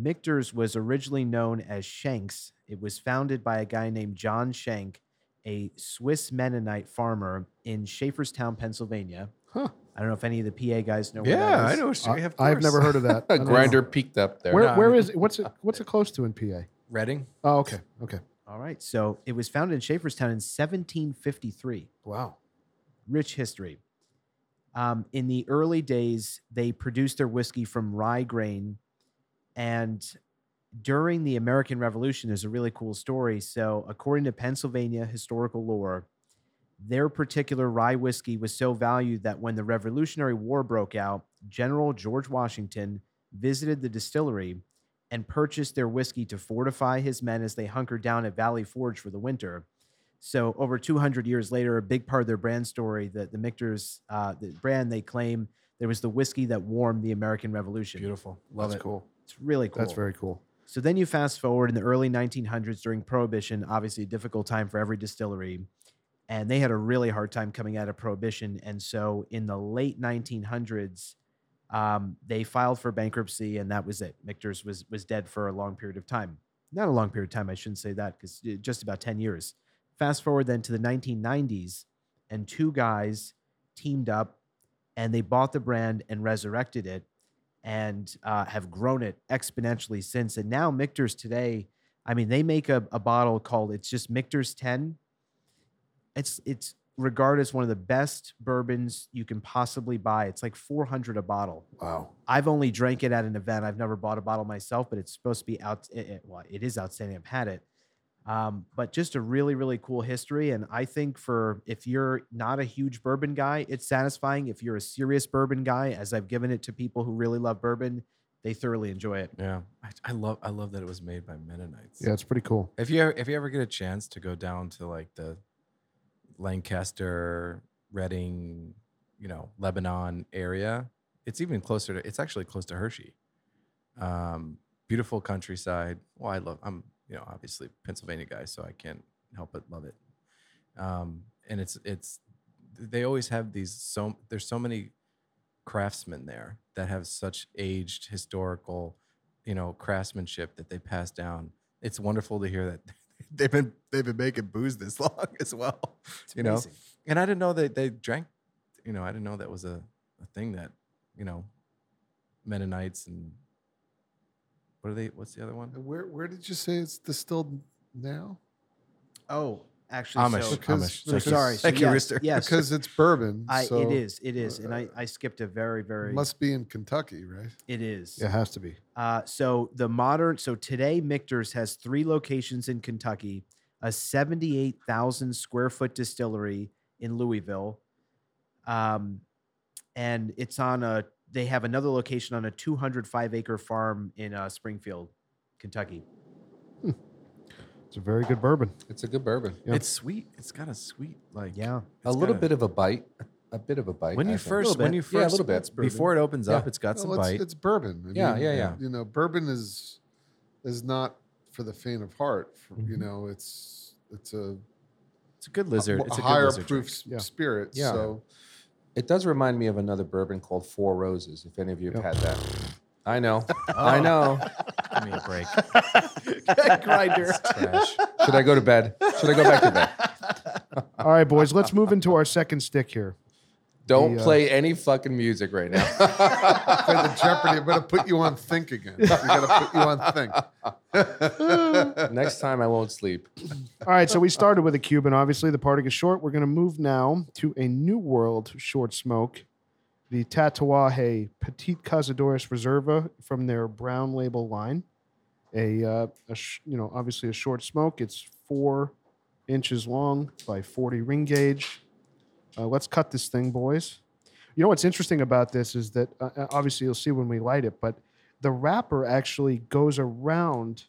Michter's was originally known as Shanks. It- It was founded by a guy named John Schenk, a Swiss Mennonite farmer in Schaeferstown, Pennsylvania. Huh. I don't know if any of the PA guys know. where Yeah, that I is. know. She, I, of I've course. never heard of that. I A don't know. grinder peaked up there. Where, No, where I- is it? What's it? What's it close to in PA? Reading. Oh, okay, okay. All right. So it was founded in Schaeferstown in 1753. Wow. Rich history. Um, in the early days, they produced their whiskey from rye grain. And during the American Revolution, there's a really cool story. So, according to Pennsylvania historical lore, their particular rye whiskey was so valued that when the Revolutionary War broke out, General George Washington visited the distillery and purchased their whiskey to fortify his men as they hunkered down at Valley Forge for the winter. So over 200 years later, a big part of their brand story, the the Michter's uh, the brand they claim there was the whiskey that warmed the American Revolution. Beautiful. Love That's it. cool. It's really cool. That's very cool. So then you fast forward in the early 1900s during Prohibition, obviously a difficult time for every distillery. And they had a really hard time coming out of Prohibition. And so in the late 1900s, um, they filed for bankruptcy, and that was it. Michter's was, was dead for a long period of time. Not a long period of time, I shouldn't say that, because just about 10 years. Fast forward then to the 1990s, and two guys teamed up and they bought the brand and resurrected it and uh, have grown it exponentially since. And now Michter's today, I mean, they make a, a bottle called it's just Michter's 10. It's it's regarded as one of the best bourbons you can possibly buy. It's like 400 a bottle. Wow. I've only drank it at an event. I've never bought a bottle myself, but it's supposed to be out. It, it- well, it is outstanding. I've had it. Um, but just a really, really cool history. And I think for if you're not a huge bourbon guy, it's satisfying. If you're a serious bourbon guy, as I've given it to people who really love bourbon, they thoroughly enjoy it. Yeah, I, I love I love that it was made by Mennonites. Yeah, it's pretty cool. If you if you ever get a chance to go down to like the Lancaster, Reading, you know, Lebanon area, it's even closer to. It's actually close to Hershey. Um, beautiful countryside. Well, I love. I'm you know obviously Pennsylvania guy, so I can't help but love it. Um, and it's it's they always have these so there's so many craftsmen there that have such aged historical you know craftsmanship that they pass down it's wonderful to hear that they've been they've been making booze this long as well. you know, and I didn't know that they drank. You know, I didn't know that was a, a thing that you know, Mennonites and what are they? What's the other one? And Where where did you say it's distilled now? Oh, actually, Amish. so- because- Amish. because- Thank you. sorry. so Thank you, yes, Rooster. Yes, Because it's bourbon. I, so it is. It is. And I, I skipped a very, very. Must be in Kentucky, right? it is. It has to be. Uh, so the modern, so today Michter's has three locations in Kentucky, a 78,000 square foot distillery in Louisville. Um, and it's on a, they have another location on a 205 acre farm in uh, Springfield, Kentucky. It's a very good bourbon. It's a good bourbon. Yeah. It's sweet. It's got a sweet like Yeah. it's A little got bit of a bite. A bit of a bite. when I you think. first when bit. you Yeah, a first little bit. it's- before it opens up, it's got some Well, bite. it's, it's bourbon. I Yeah, mean, yeah, yeah. You know, bourbon is is not for the faint of heart. For, You Mm-hmm. know, it's it's a, It's a good lizard. a it's a good higher lizard proof drink. s- Yeah. spirit. Yeah. So It does remind me of another bourbon called Four Roses. If any of you have Yep. had that, I know, I know. Give me a break. Grinder. Trash. Should I go to bed? Should I go back to bed? All right, boys, let's move into our second stick here. Don't The, uh, play any fucking music right now. for the Jeopardy, I'm gonna put you on think again. We gotta put you on think. Next time I won't sleep. All right, so we started with a Cuban. Obviously, the parting is short. We're going to move now to a New World short smoke, the Tatuaje Petite Cazadores Reserva from their brown label line. A, uh, a sh- you know, obviously a short smoke. It's four inches long by 40 ring gauge. Uh, let's cut this thing, boys. You know what's interesting about this is that uh, uh, obviously you'll see when we light it, but the wrapper actually goes around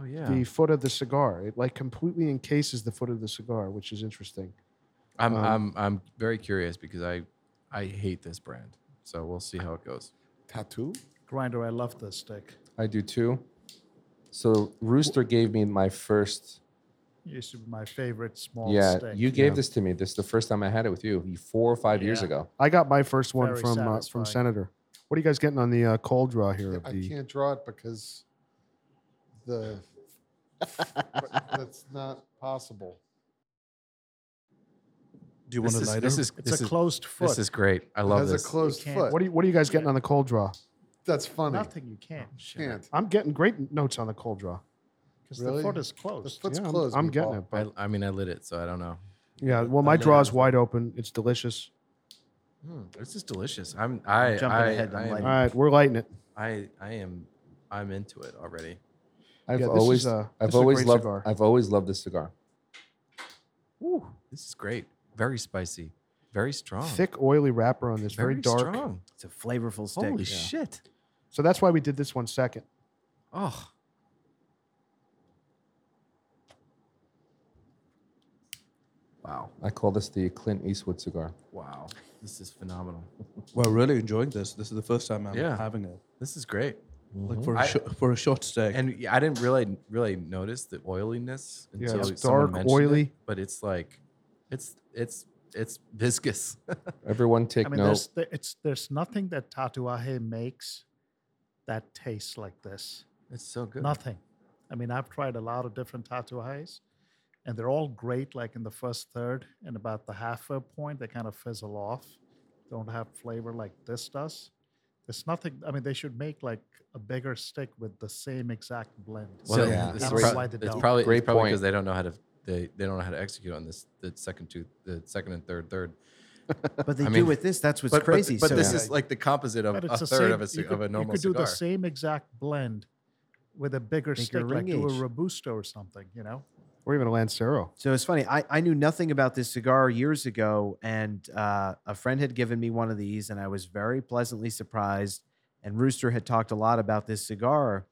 Oh yeah. the foot of the cigar. It like completely encases the foot of the cigar, which is interesting. I'm Um, I'm I'm very curious because I I hate this brand. So we'll see how it goes. Tattoo? Grinder, I love this stick. I do too. So Rooster gave me my first. Used to be my favorite small yeah, stick. you gave Yeah. this to me. This is the first time I had it with you, you- four or five years Yeah. ago. I got my first one Very from uh, from satisfying. Senator. What are you guys getting on the uh, cold draw here? Of I the can't draw it because the But that's not possible. Do you want This a is- lighter? This is It's this a is closed foot. this is great. I love Has this. a closed can't- foot. What are you, what are you guys getting on the cold draw? that's funny. Nothing you can't Can't. I'm getting great notes on the cold draw. because Really? the foot is The closed. foot's Yeah, I'm- closed. I'm, getting Meatball. it. But I, I mean, I lit it, so I don't know. yeah, well, my draw is wide open. It's delicious. Hmm, this is delicious. I'm I jumping I, ahead, I'm I, am- All lighting. right, we're lighting it. I I am I'm into it already. I've Yeah, this is always, a- this I've is a always great loved, cigar. I've always loved this cigar. This is great. Very spicy. Very strong. Thick, oily wrapper on this, very, dark. Oh. Strong. It's a flavorful stick. Holy Yeah. shit. So that's why we did this one second. Oh. Wow. I call this the Clint Eastwood cigar. Wow. This is phenomenal. We're really enjoying this. This is the first time I'm Yeah. having it. This is great. Like for a I- sho- for a short steak. And yeah, I didn't really really notice the oiliness Yeah, until it's someone dark, mentioned it, oily. but it's like it's it's it's viscous. Everyone take I mean, note. there's there- it's there's nothing that Tatuaje makes that tastes like this. It's so good. Nothing. I mean, I've tried a lot of different tatuajes, and they're all great. Like in the first third and about the halfway point, they kind of fizzle off. Don't have flavor like this does. There's nothing. I mean, they should make like a bigger stick with the same exact blend. Well, So- Yeah. it's, That's prob- why they it's don't. probably Great it's probably point. because they don't know how to they, they don't know how to execute on this the second two the second and third third. But they I do mean- with this. That's what's but, but- crazy. But, so this yeah. is like the composite of But a it's third the same. of a ci- you could, of a you normal could do cigar. the same exact blend with a Bigger bigger stick, like ring do a gauge. robusto or something. You know, Or even a Lancero. So it's funny. I, I knew nothing about this cigar years ago, and uh, a friend had given me one of these, and I was very pleasantly surprised. And Rooster had talked a lot about this cigar.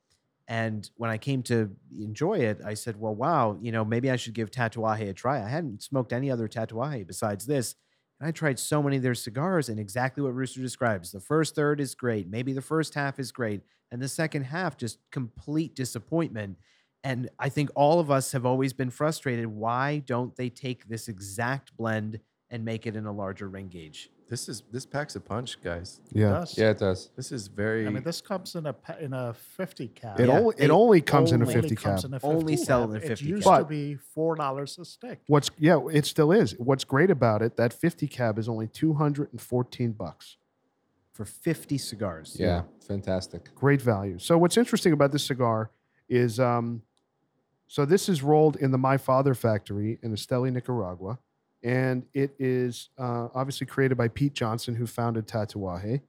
And when I came to enjoy it, I said, well, wow, you know, maybe I should give Tatuaje a try. I hadn't smoked any other Tatuaje besides this. And I tried so many of their cigars, and exactly what Rooster describes. The first third is great. Maybe the first half is great. And the second half, just complete disappointment. And I think all of us have always been frustrated. Why don't they take this exact blend and make it in a larger ring gauge? This is this packs a punch, guys. Yeah. Thus, yeah, it does. This is very. I mean, this comes in a pa- in a fifty cap. It only they it only comes in a Only fifty cap. comes in a Only 50 sell cap. in a 50 It used cap. to But- be four dollars a stick. What's yeah, it still is. What's great about it, that fifty cab is only two hundred and fourteen bucks. For 50 cigars. Yeah, fantastic. Great value. So what's interesting about this cigar is um, so this is rolled in the My Father factory in Esteli, Nicaragua, and it is uh, obviously created by Pete Johnson, who founded Tatuaje,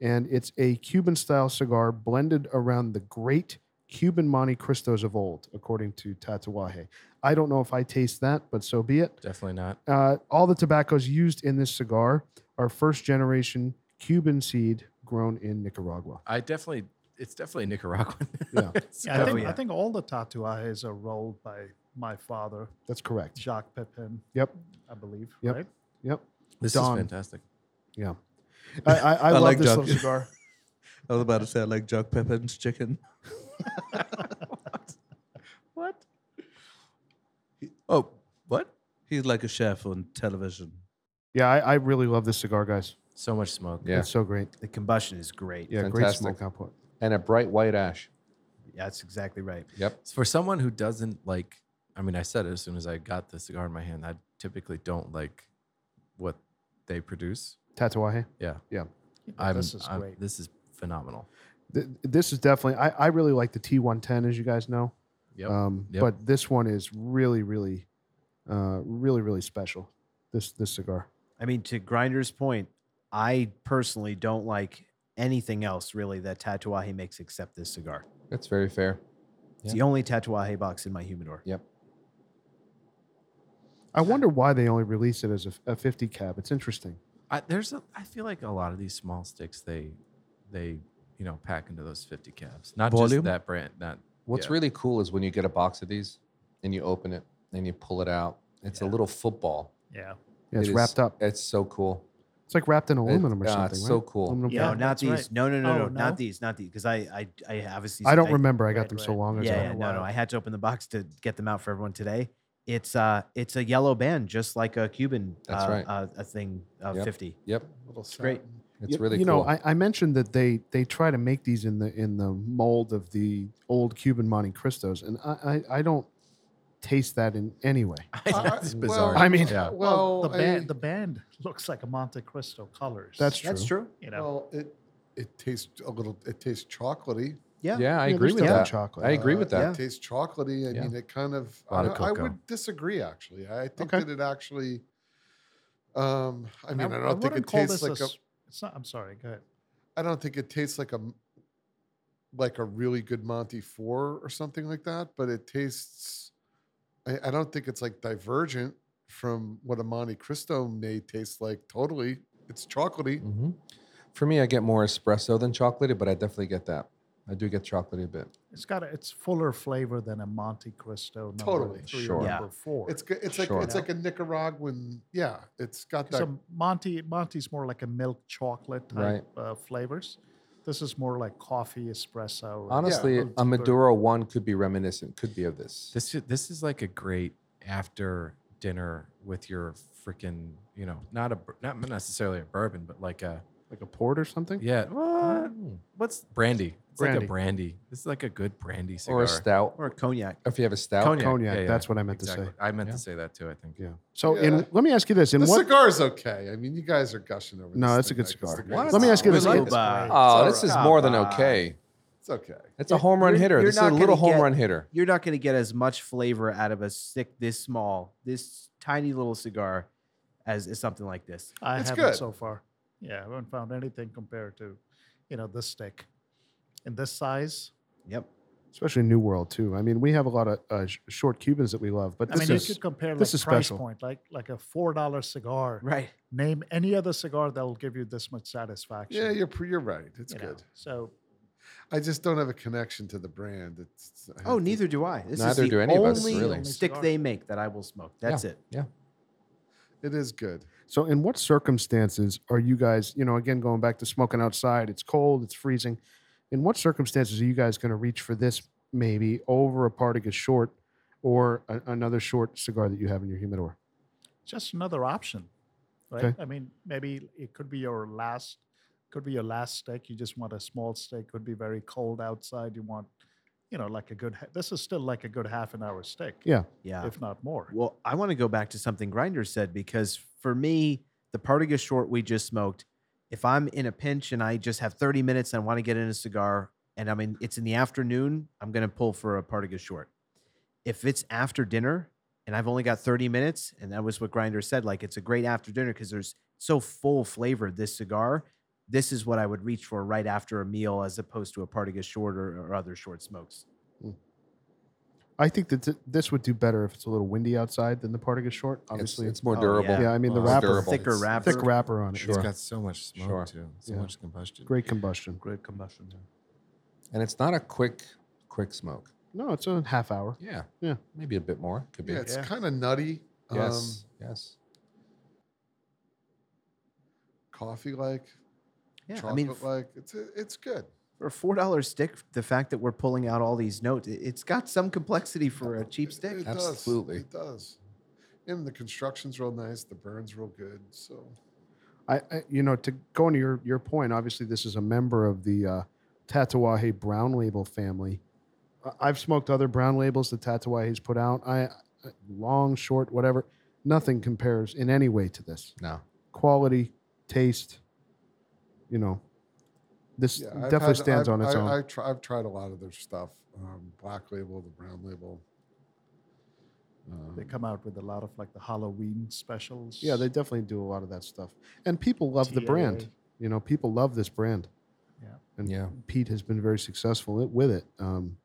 and it's a Cuban style cigar blended around the great Cuban Monte Cristos of old, according to Tatuaje. I don't know if I taste that, but so be it. definitely not. uh, all the tobaccos used in this cigar are first generation Cuban seed grown in Nicaragua. I definitely. It's definitely Nicaraguan. Yeah. It's Yeah, I think Oh, definitely- I think all the tatuajes are rolled by my father, That's correct. Jacques Pepin. Yep. I believe. Yep. Right? Yep. this Don. is fantastic. I, I, I, I love like this Doug. little cigar. I was about to say I like Jack Pepin's chicken. What? Oh, what? He's like a chef on television. Yeah, I, I really love this cigar, guys. So much smoke. Yeah. It's so great. The combustion is great. Yeah, great Fantastic. smoke output. And a bright white ash. Yeah, that's exactly right. Yep. For someone who doesn't like, I mean, I said it as soon as I got the cigar in my hand. I typically don't like what they produce. Tatuaje. Yeah. Yeah, I'm, this is I'm- great. This is phenomenal. Th- this is definitely, I, I really like the T110, as you guys know. Yep. Um, Yep. But this one is really, really, uh, really, really special. This this cigar. I mean, to Grinder's point, I personally don't like anything else really that Tatuaje makes except this cigar. That's very fair. It's the only Tatuaje box in my humidor. I wonder why they only release it as a, a 50 cab. It's interesting. I, there's a. I feel like a lot of these small sticks they, they, you know, pack into those 50 cabs. Not Volume? just that brand. Not What's Yeah. really cool is when you get a box of these and you open it and you pull it out. It's a Yeah. little football. yeah. Yeah, it's It is- wrapped up. It's so cool. It's like wrapped in aluminum or ah, something. it's right? so cool. Aluminum Yeah. no, foil. not that's these. right. No, no, no, Oh, no, no? not these, not these. Because I, I, I obviously I don't remember. remember. I got right, them so right. long ago. Yeah, a yeah no, no. while. I had to open the box to get them out for everyone today. It's uh, it's a yellow band, just like a Cuban. That's uh, right. Uh, a thing uh, Yep. fifty. Yep. Little great. satin It's Y- really you cool. know I, I mentioned that they they try to make these in the in the mold of the old Cuban Monte Cristos, and I I, I don't taste that in any way. It's Uh, well, bizarre. I mean- yeah. Well, the I- band the band looks like a Monte Cristo colors. That's true. That's true. you know. Well, it it tastes a little. It tastes chocolatey. Yeah. yeah, I Yeah, agree there's with still that. chocolate. I agree with Uh, that. It tastes chocolatey. I Yeah. mean, it kind of. A lot of I, I cocoa. would disagree. Actually, I think Okay. that it actually. Um, I mean, I, don't think wouldn't it call tastes this a like a. s- It's not. I'm sorry. Go ahead. I don't think it tastes like a. m- Like a really good Monty Four or something like that, but it tastes. I, I don't think it's like divergent from what a Monte Cristo may taste like. Totally, it's chocolatey. Mhm. For me, I get more espresso than chocolatey, but I definitely get that. I do get chocolatey a bit. It's got a, it's fuller flavor than a Monte Cristo. Number Totally. three or Sure. Yeah. number four. It's g- it's like Sure. it's like a Nicaraguan. Yeah, it's got that. so Monte Monte's more like a milk chocolate type uh, flavors. This is more like coffee espresso. and- Honestly, little a deeper. Maduro one could be reminiscent, could be of this. This is, this is like a great after dinner with your freaking you know not a bur- not necessarily a bourbon but like a like a port or something. yeah what? Mm. what's brandy it's like Brandy. a brandy this is like a good brandy cigar Or a stout. Or a cognac. if you have a stout. Cognac. Cognac. Yeah, yeah, That's what I meant exactly to say. I meant Yeah. to say that too I think Yeah. So, in, Yeah. let me ask you this: in The what? cigar's okay. I mean, you guys are gushing over. No, this that's a thing good like it's cigar. the What? greatest Let me ask you cigar. this. Willow it's Bob. great. Oh, all this is right. more than Come on. okay. It's okay. It's a home run You're- hitter. you're This is a not little gonna home get- run hitter. you're not going to get as much flavor out of a stick this small, this tiny little cigar as, as something like this. I It's haven't good. so far. Yeah, I haven't found anything compared to, you know, this stick, in this size. Yep. especially New World too. I mean, we have a lot of uh, sh- short Cubans that we love, but I this mean, is you could compare like this is price special. point, like like a four dollar cigar. Right. Name any other cigar that will give you this much satisfaction. Yeah, you're pr- you're right. It's you know. good. So I just don't have a connection to the brand. It's, I Oh, have to- neither do I. This Neither is the do any of us, only really. stick they make that I will smoke. That's it. It is good. So, in what circumstances are you guys, you know, again, going back to smoking outside, it's cold, it's freezing. In what circumstances are you guys going to reach for this maybe over a Partagas short or a, another short cigar that you have in your humidor? just another option, right? Okay. I mean, maybe it could be your last, could be your last steak. You just want a small steak. Could be very cold outside. You want, you know, like a good. ha- This is still like a good half an hour steak, Yeah. Yeah. if not more. Well, I want to go back to something Grinder said because for me, the Partagas short we just smoked, if I'm in a pinch and I just have 30 minutes and I want to get in a cigar and I mean it's in the afternoon, I'm going to pull for a Partagas short. If it's after dinner and I've only got 30 minutes, and that was what Grinder said, like it's a great after dinner because there's so full flavored this cigar. This is what I would reach for right after a meal as opposed to a Partagas short or, or other short smokes. I think that th- this would do better if it's a little windy outside than the Partagas short. It's, Obviously, it's more Oh, durable. yeah. I mean, the Well, wrapper, durable. Thicker It's wrapper. thick wrapper on it. it's Sure. got so much smoke Sure. too so Yeah. much combustion Great combustion. Great combustion. yeah. And it's not a quick, quick smoke. No, it's a half hour. Yeah. Yeah. Maybe a bit more. Could be. Yeah, it's um, kind of nutty. yes. yes. coffee like, Yeah, I chocolate mean, like. It's it's good. for a four dollar stick, the fact that we're pulling out all these notes, it- it's got some complexity for a cheap It- stick. it Absolutely. Does. It does. And the construction's real nice. The burn's real good. So I, I you know, to go into your your point, obviously this is a member of the uh, Tatawahe Brown Label family. I- I've smoked other Brown Labels that Tatawahe's put out. I I- long, short, whatever. Nothing compares in any way to this No. quality, taste. You know, this yeah, I've definitely had- stands I've- on its I, own. I try, I've tried a lot of their stuff. Um, black label, the brown label. Um, They come out with a lot of like the Halloween specials. yeah, they definitely do a lot of that stuff, and people love the brand. TAA. You know, people love this brand. Yeah. and Yeah. Pete has been very successful i- with it. Um,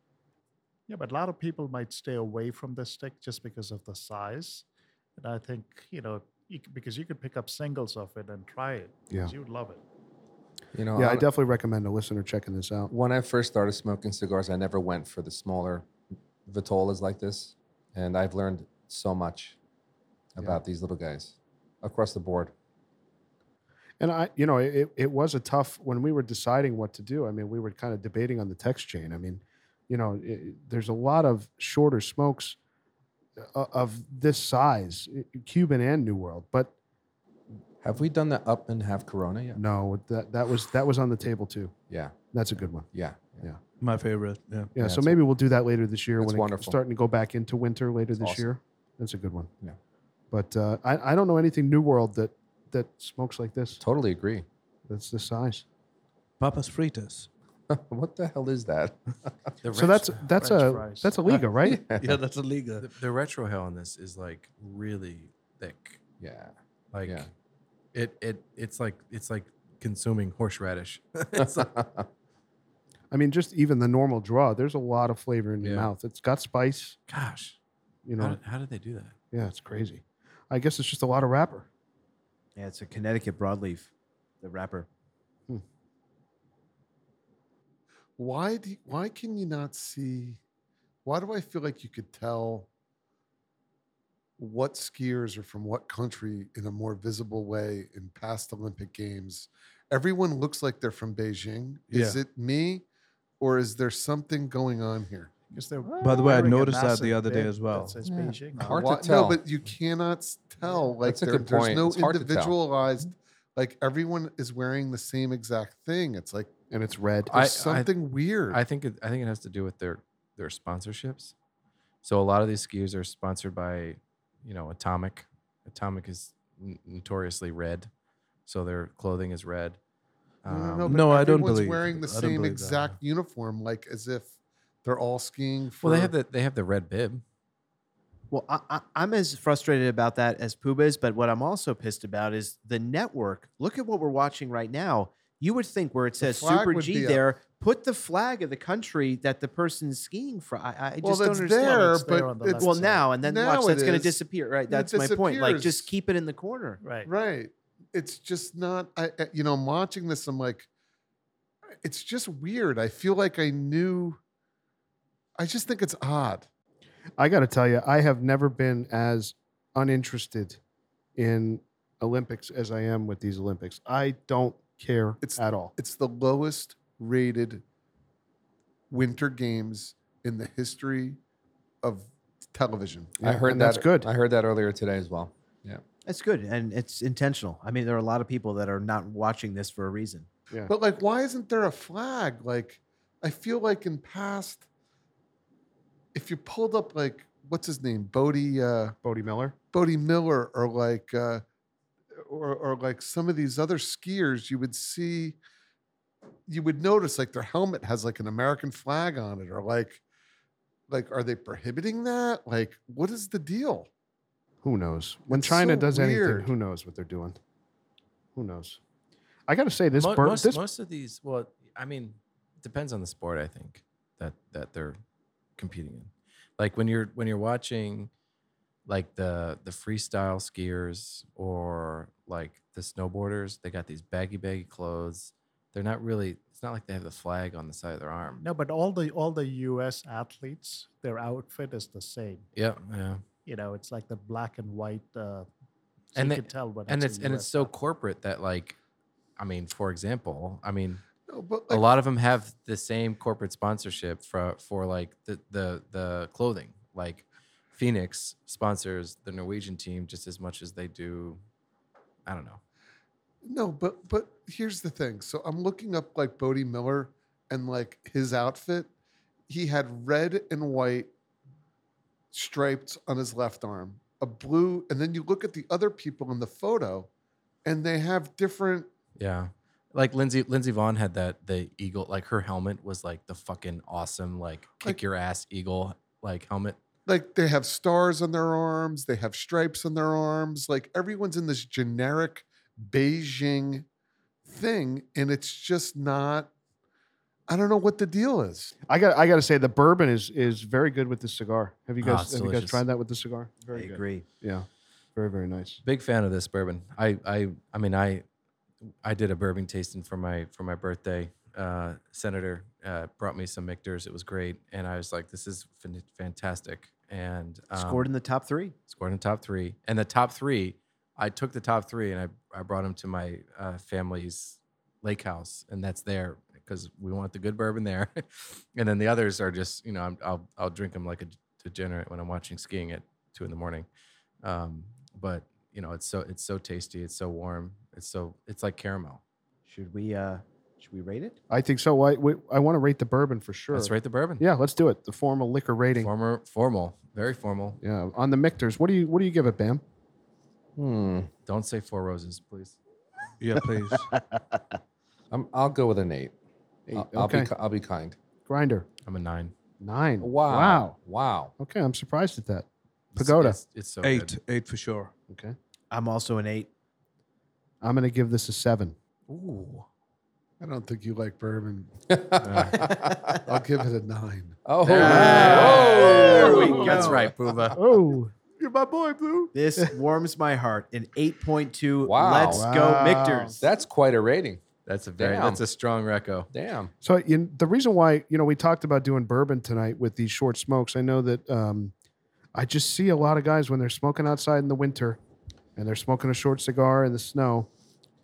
Yeah, but a lot of people might stay away from this stick just because of the size, and I think you know you, c- because you could pick up singles of it and try it. Yeah. 'cause you'd love it. You know, yeah, I I'm- definitely recommend a listener checking this out. when I first started smoking cigars, I never went for the smaller Vitolas like this. And I've learned so much about these little guys across the board. And I, you know, it, it was a tough when we were deciding what to do. I mean, we were kind of debating on the text chain. I mean, you know, i- i there's a lot of shorter smokes uh, o- of this size, i- Cuban and New World, but Have we done the up and have Corona yet? No, that that was that was on the table too. Yeah, That's a good one. yeah. My favorite. Yeah. Yeah, Yeah, so it's- maybe we'll do that later this year That's when it's wonderful. starting to go back into winter later this awesome. year. That's a good one. Yeah. But uh, I, I don't know anything New World that that smokes like this. Totally agree. That's this size. Papa's fritas. what the hell is that? The So that's retro- that's French a fries. that's a Liga, right? Yeah, that's a Liga. the, the retro hell on this is like really thick. Yeah. Like Yeah. it it it's like it's like consuming horseradish. It's like- I mean, just even the normal draw. There's a lot of flavor in your Yeah. mouth. It's got spice. gosh, You how know, did, how did they do that? yeah, it's crazy. I guess it's just a lot of wrapper. Yeah, it's a Connecticut broadleaf, the wrapper. why do you- why can you not see why do i feel like you could tell what skiers are from what country in a more visible way in past olympic games everyone looks like they're from beijing is it me or is there something going on here Because they're By the way, I wearing a noticed that the massive other day bib as well. That says Yeah. Beijing. on Hard it. to Why- tell. no but you cannot s- tell like That's a there- good there's point. no It's hard to tell. individualized like everyone is wearing the same exact thing it's like And it's red. I- there's something weird I think it, I think it has to do with their their sponsorships. So a lot of these skiers are sponsored by, you know, Atomic. Atomic is n- notoriously red, so their clothing is red. Um, Mm-hmm. but No, I don't everyone's believe- wearing the I don't same believe that. exact uniform, like as if they're all skiing. For, well, they have the they have the red bib. Well, I, I, I'm as frustrated about that as Pooh is, but what I'm also pissed about is the network. Look at what we're watching right now. You would think where it says flag Super would G be up. there, put the flag of the country that the person's skiing from. I, I just well, don't that's understand. there, It's there on but the it's, left. well, So now and then now watch it that's going to is. disappear, right? It That's my point. Like, just disappears. keep it in the corner. Right. right. It's just not. I, I- you know, I'm watching this. I'm like, it's just weird. I feel like I knew. I just think it's odd. I got to tell you, I have never been as uninterested in Olympics as I am with these Olympics. I don't care It's- at all. It's the lowest rated Winter Games in the history of television. I Yeah, heard and that. that's good. I heard that earlier today as well. That's good, and it's intentional. I mean, there are a lot of people that are not watching this for a reason. But like, why isn't there a flag? Like, I feel like in past, if you pulled up like what's his name, Bodie uh, Bodie Miller. Bodie Miller, or like, uh, or or like some of these other skiers, you would see, you would notice like their helmet has like an American flag on it, or like, like are they prohibiting that? Like, what is the deal? Who knows? When It's China so does weird. anything, who knows what they're doing? Who knows? I got to say this Mo- bird. most, This most of these, well, I mean, depends on the sport. I think that that they're competing in. Like when you're when you're watching, like the the freestyle skiers or like the snowboarders, they got these baggy baggy clothes. They're not really. It's not like they have the flag on the side of their arm. No, but all the all the U.S. athletes, their outfit is the same. Yeah, yeah. You know, it's like the black and white. Uh, so And you they- can tell when And a it's and it's US so athlete. corporate that like, I mean, for example, I mean, No, but a like, lot of them have the same corporate sponsorship for for like the the the clothing. Like Phoenix sponsors the Norwegian team just as much as they do. I don't know. No, but but here's the thing. So I'm looking up like Bodie Miller and like his outfit. He had red and white stripes on his left arm, a blue, and then you look at the other people in the photo, and they have different. Yeah. Like Lindsay Lindsay Vaughn had that the eagle like her helmet was like the fucking awesome like kick Like- your ass eagle like helmet. Like they have stars on their arms, they have stripes on their arms. Like everyone's in this generic Beijing thing, and it's just not. I don't know what the deal is. I got. I got to say the bourbon is is very good with this cigar. Have you Ah, guys? it's have you guys delicious. tried that with the cigar? I Very good. agree. Yeah, very very nice. Big fan of this bourbon. I I I mean I I did a bourbon tasting for my for my birthday. Uh, Senator uh, brought me some Michters. It was great, and I was like, "This is fan- fantastic." And um, Scored in the top three. scored in the top three. And the top three, I took the top three and I I brought them to my uh, family's lake house, and that's there because we want the good bourbon there. and then the others are just you know I'm, I'll I'll drink them like a degenerate when I'm watching skiing at two in the morning. Um, but you know, it's so it's so tasty. It's so warm. It's so it's like caramel. Should we uh should we rate it? I think so. I, we, I want to rate the bourbon for sure. Let's rate the bourbon. Yeah, let's do it. The formal liquor rating. Former formal, very formal. Yeah, on the Mictors. What do you What do you give it, Bam? Hmm. Don't say four roses, please. Yeah, please. I'm, I'll go with an eight. Eight. Uh, I'll, I'll be Okay. ki- I'll be kind. Grinder I'm a nine. nine. Wow. Wow. Wow. Okay, I'm surprised at that. It's- Pagoda. It's, it's so eight, Good. eight for sure. Okay, I'm also an eight. I'm gonna give this a seven. Ooh. I don't think you like bourbon. I'll oh. give it a nine. There we Ooh, That's go. right, Booba. Oh, You're my boy, Blue. This warms my heart. An 8.2. Wow. Let's go, Wow. Mictors. That's quite a rating. That's a very Damn. that's a strong reco. Damn. so you, the reason why you know we talked about doing bourbon tonight with these short smokes, I know that um, I just see a lot of guys when they're smoking outside in the winter, and they're smoking a short cigar in the snow.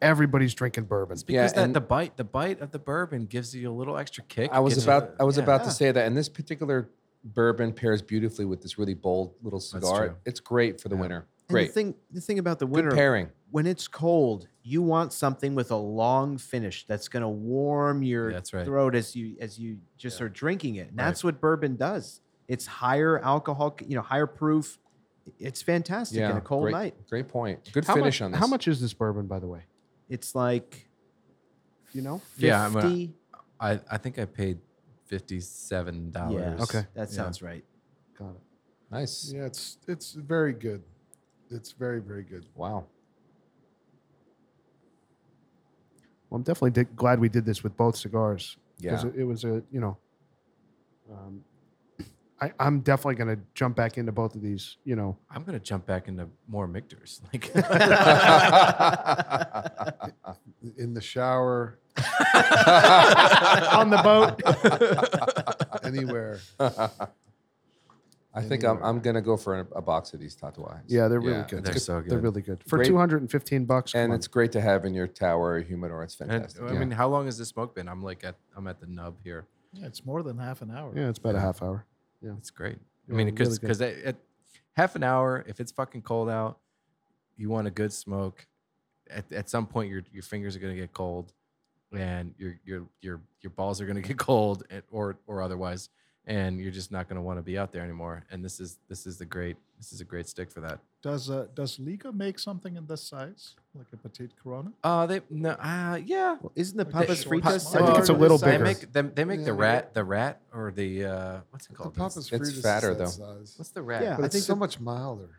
Everybody's drinking bourbon. It's because Yeah, that and- the bite the bite of the bourbon gives you a little extra kick. I was gets you- about I was yeah. about to say that, and this particular bourbon pairs beautifully with this really bold little cigar. true. It's great for the Yeah. winter. And Great The thing, the thing about the Good winter, pairing. when it's cold, you want something with a long finish that's going to warm your Yeah, that's right. throat as you as you just are drinking it. And Right. that's what bourbon does. It's higher alcohol, you know, higher proof. It's fantastic in a cold great, night. Great point. Good How finish much, on this. How much is this bourbon, by the way? It's like You know, 50. Yeah, I'm gonna- I, I think I paid fifty seven dollars. Yeah, Okay. That Yeah. sounds right. got it. Nice. Yeah, it's it's very good. It's very very good. Wow. Well, I'm definitely di- glad we did this with both cigars Yeah. it, it was a you know, um, I, I'm definitely going to jump back into both of these. You know, I'm gonna jump back into more Mictors. Like In the shower, on the boat. anywhere. I think I'm, Anywhere. I'm gonna go for a, a box of these tatuajes. Yeah, they're really Yeah, good. they're Good- so They're good. really good for Great. 215 bucks. And come on. it's great to have in your tower or humidor. It's And, fantastic. I mean, how long has this smoke been? I'm like at I'm at the nub here. Yeah, it's more than half an hour. yeah, it's about a half hour. It's great. Yeah, I mean, really because good. because at half an hour, if it's fucking cold out, you want a good smoke. At, at some point, your your fingers are gonna get cold, and your your your your balls are gonna get cold, and, or or otherwise, and you're just not gonna want to be out there anymore. And this is this is the great this is a great stick for that. Does uh, does Liga make something in this size, like a petite Corona? Uh they no uh yeah. Well, isn't the They- Papa's Well, Fritas? I think it's similar a to little this? They bigger. make them they make Yeah. the rat the rat or the uh what's it The called? Papa's it's Fritas is fatter, that though. size. What's the rat? Yeah, But I it's think so the- much milder.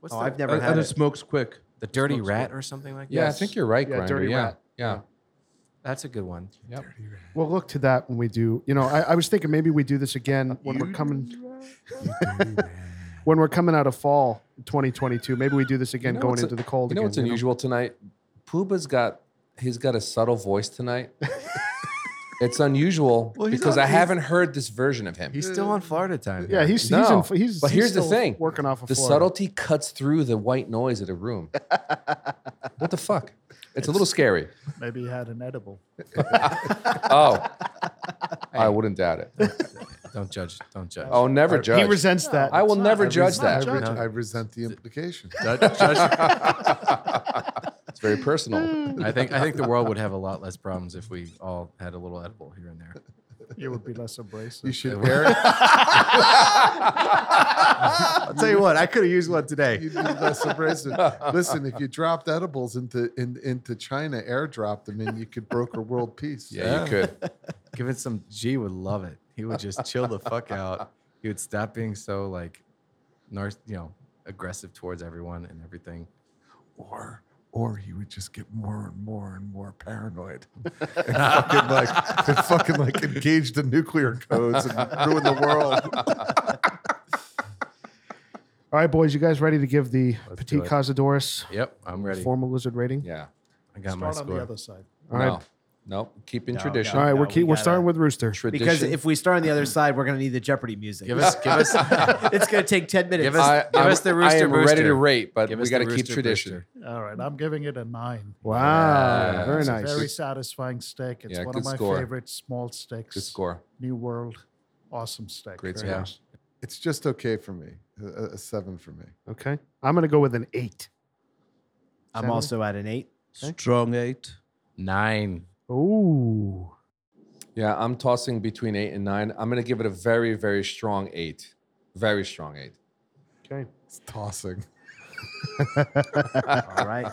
What's Oh, the, I've never And, had and it. it smokes quick. the dirty smokes rat good. or something like yeah, that. I think you're right, Yeah, Grinder. Dirty yeah. Rat. Yeah. That's a good one. Yep. We'll look to that when we do. You know, I, I was thinking maybe we do this again when we're coming. when we're coming out of fall 2022, maybe we do this again know going what's a- into the cold. You know again, what's unusual tonight? Pooba's got he's got a subtle voice tonight. it's unusual Well, he's because on- I he's- haven't heard this version of him. He's still on Florida time. Yeah, he's he's, No, in, he's but he's here's the still thing. working off of The Florida. subtlety cuts through the white noise of the room. what the fuck? It's a little scary. Maybe he had an edible. Oh, I wouldn't doubt it. Don't judge. Don't judge. I'll never judge. He resents that. I will It's never not- judge it's I, not that. re- judging. I resent the implication. Judge, judge. it's very personal. I think I think the world would have a lot less problems if we all had a little edible here and there. It would be less abrasive. You should air it. I'll tell you what, I could have used one today. You'd be less abrasive. Listen, if you dropped edibles into in, into China, airdropped them, and you could broker world peace. Yeah, you could. Give it some G would love it. He would just chill the fuck out. He would stop being so like, nar- you know, aggressive towards everyone and everything. or or he would just get more and more and more paranoid and fucking like and fucking like engage the nuclear codes and ruin the world. All right, boys, you guys ready to give the Let's Petit do it. Cazadores Yep, I'm ready. formal lizard rating? Yeah. I got my Start on the score. other side. All no. right, Nope. Keeping No, tradition. all right, No, we're we keep, we are gotta- starting with Rooster. Tradition. Because if we start on the other side, we're going to need the Jeopardy music. Give us, give us, it's going to take 10 minutes. Give us- I'm- us the I Rooster am ready to Booster. rate, but give we us got to the keep Rooster tradition. Booster. All right, I'm giving it a nine. Wow, Yeah. very It's a nice. very satisfying steak. It's Yeah, one good of my score. favorite small steaks. Good score. New World, awesome steak. Great Very score. nice. It's just okay for me. A, a- a seven for me. okay, I'm gonna go with an eight. I'm Seven. also at an eight. Strong eight. Nine. Ooh. Yeah, I'm tossing between eight and nine. I'm gonna give it a very, very strong eight. Very strong eight. Okay. It's tossing. All right.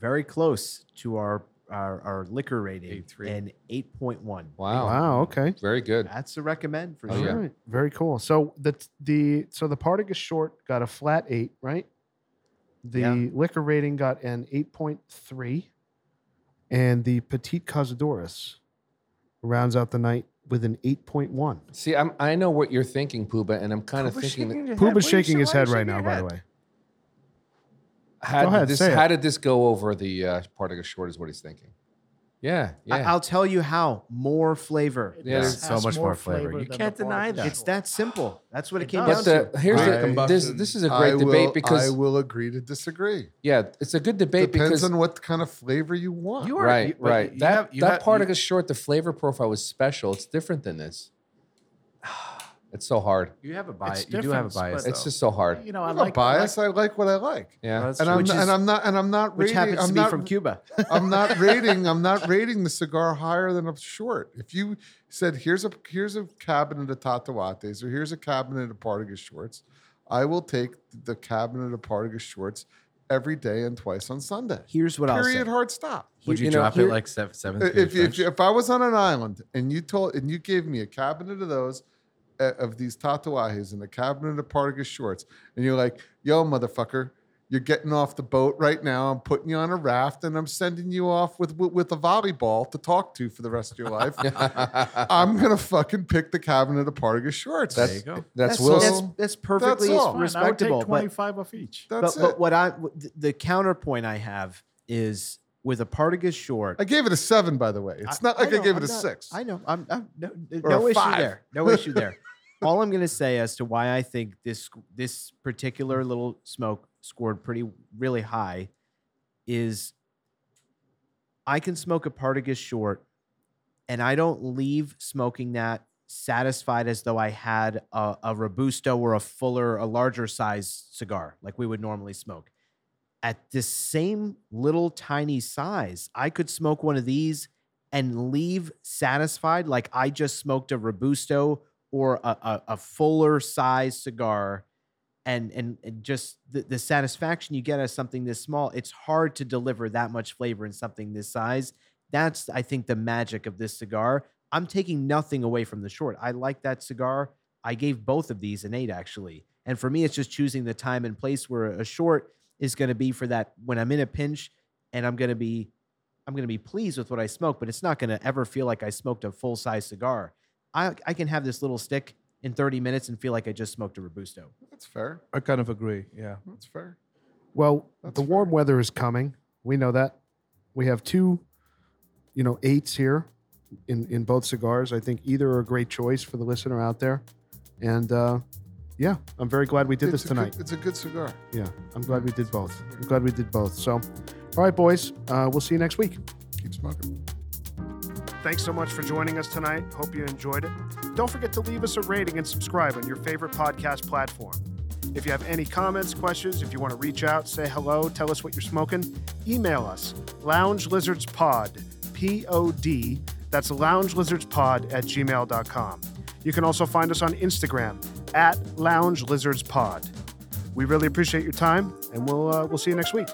Very close to our our, our liquor rating. Eight three. And 8.1. Wow. Wow. Okay. Very good. That's a recommend for Oh, All sure. yeah. right. Very cool. So the the so the Partagas short got a flat eight, right? The Yeah. liquor rating got an eight point three, and the Petite Cazadores rounds out the night with an eight point one. See, I'm, I know what you're thinking, Pooba, and I'm kind of thinking. that- Pooba's shaking his head right now. By the way, How, Go did ahead, this, say it. how did this go over the uh, part of the short is what he's thinking. Yeah, yeah. I, will tell you how. More flavor. It Yeah, does there's so has much more flavor. You than can't the deny Barbershop. that. It's that simple. That's what it, It came but does. down to. the, here's Great the, this, combustion. this is a great I debate will, I because will agree to disagree. yeah, it's a good debate Depends because on what kind of flavor you want. You are right, you- but right. you that have- you that have- part you- of the short, the flavor profile was special. It's different than this. It's so hard. You have a bias. It's You do have a different, bias. but- It's just so hard. You know, I I'm not like biased. I like what I like. Yeah. That's And true. I'm, Which not, is- and I'm not and I'm not Which rating happens I'm to be not, from Cuba. I'm not rating I'm not rating the cigar higher than a short. If you said here's a here's a cabinet of tatawates or here's a cabinet of Partagas shorts, I will take the cabinet of Partagas shorts every day and twice on Sunday. Here's what I'll say. Period. Hard stop. Would you, you know, drop here- it like seven, seventh grade If, if, French? if I was on an island and you told and you gave me a cabinet of those uh, of these tatuajes and a cabinet of Partagas shorts, and you're like, "Yo, motherfucker, you're getting off the boat right now. I'm putting you on a raft, and I'm sending you off with with, with a volleyball to talk to for the rest of your life." I'm gonna fucking pick the cabinet of Partagas shorts. there you That's, go. That's So- Wilson. that's, that's perfectly That's all. Fine, I respectable. would take But 25 of each. but, it. but what I the, the counterpoint I have is with a Partagas short. I gave it a seven, by the way. It's not like I, know, gave it I'm a not- six. I know. I'm, I'm no, Or no a issue five. there. No issue there. All I'm going to say as to why I think this this particular little smoke scored pretty really high is I can smoke a Partagas short, and I don't leave smoking that satisfied as though I had a, a robusto or a fuller, a larger size cigar like we would normally smoke. At this same little tiny size, I could smoke one of these and leave satisfied like I just smoked a Robusto or a, a, a fuller size cigar and and, and just the, the satisfaction you get out of something this small it's hard to deliver that much flavor in something this size that's I think the magic of this cigar I'm taking nothing away from the short I like that cigar I gave both of these an 8 actually and for me it's just choosing the time and place where a short is going to be for that when I'm in a pinch and I'm going to be I'm going to be pleased with what I smoke, but it's not going to ever feel like I smoked a full size cigar. I, I can have this little stick in 30 minutes and feel like I just smoked a Robusto. That's fair. I kind of agree. Yeah. That's fair. well, That's the warm fair. weather is coming. We know that. We have two, you know, eights here in in both cigars. I think either are a great choice for the listener out there, and uh, yeah, I'm very glad we did It's this a tonight. good- it's a good cigar. yeah, I'm glad we did both. I'm glad we did both. So, all right, boys, uh, we'll see you next week. Keep smoking. Thanks so much for joining us tonight. Hope you enjoyed it. Don't forget to leave us a rating and subscribe on your favorite podcast platform. If you have any comments, questions, if you want to reach out, say hello, tell us what you're smoking, email us loungelizardspod, P O D, that's loungelizardspod at gmail.com. You can also find us on Instagram at loungelizardspod. We really appreciate your time, and we'll, uh, we'll see you next week.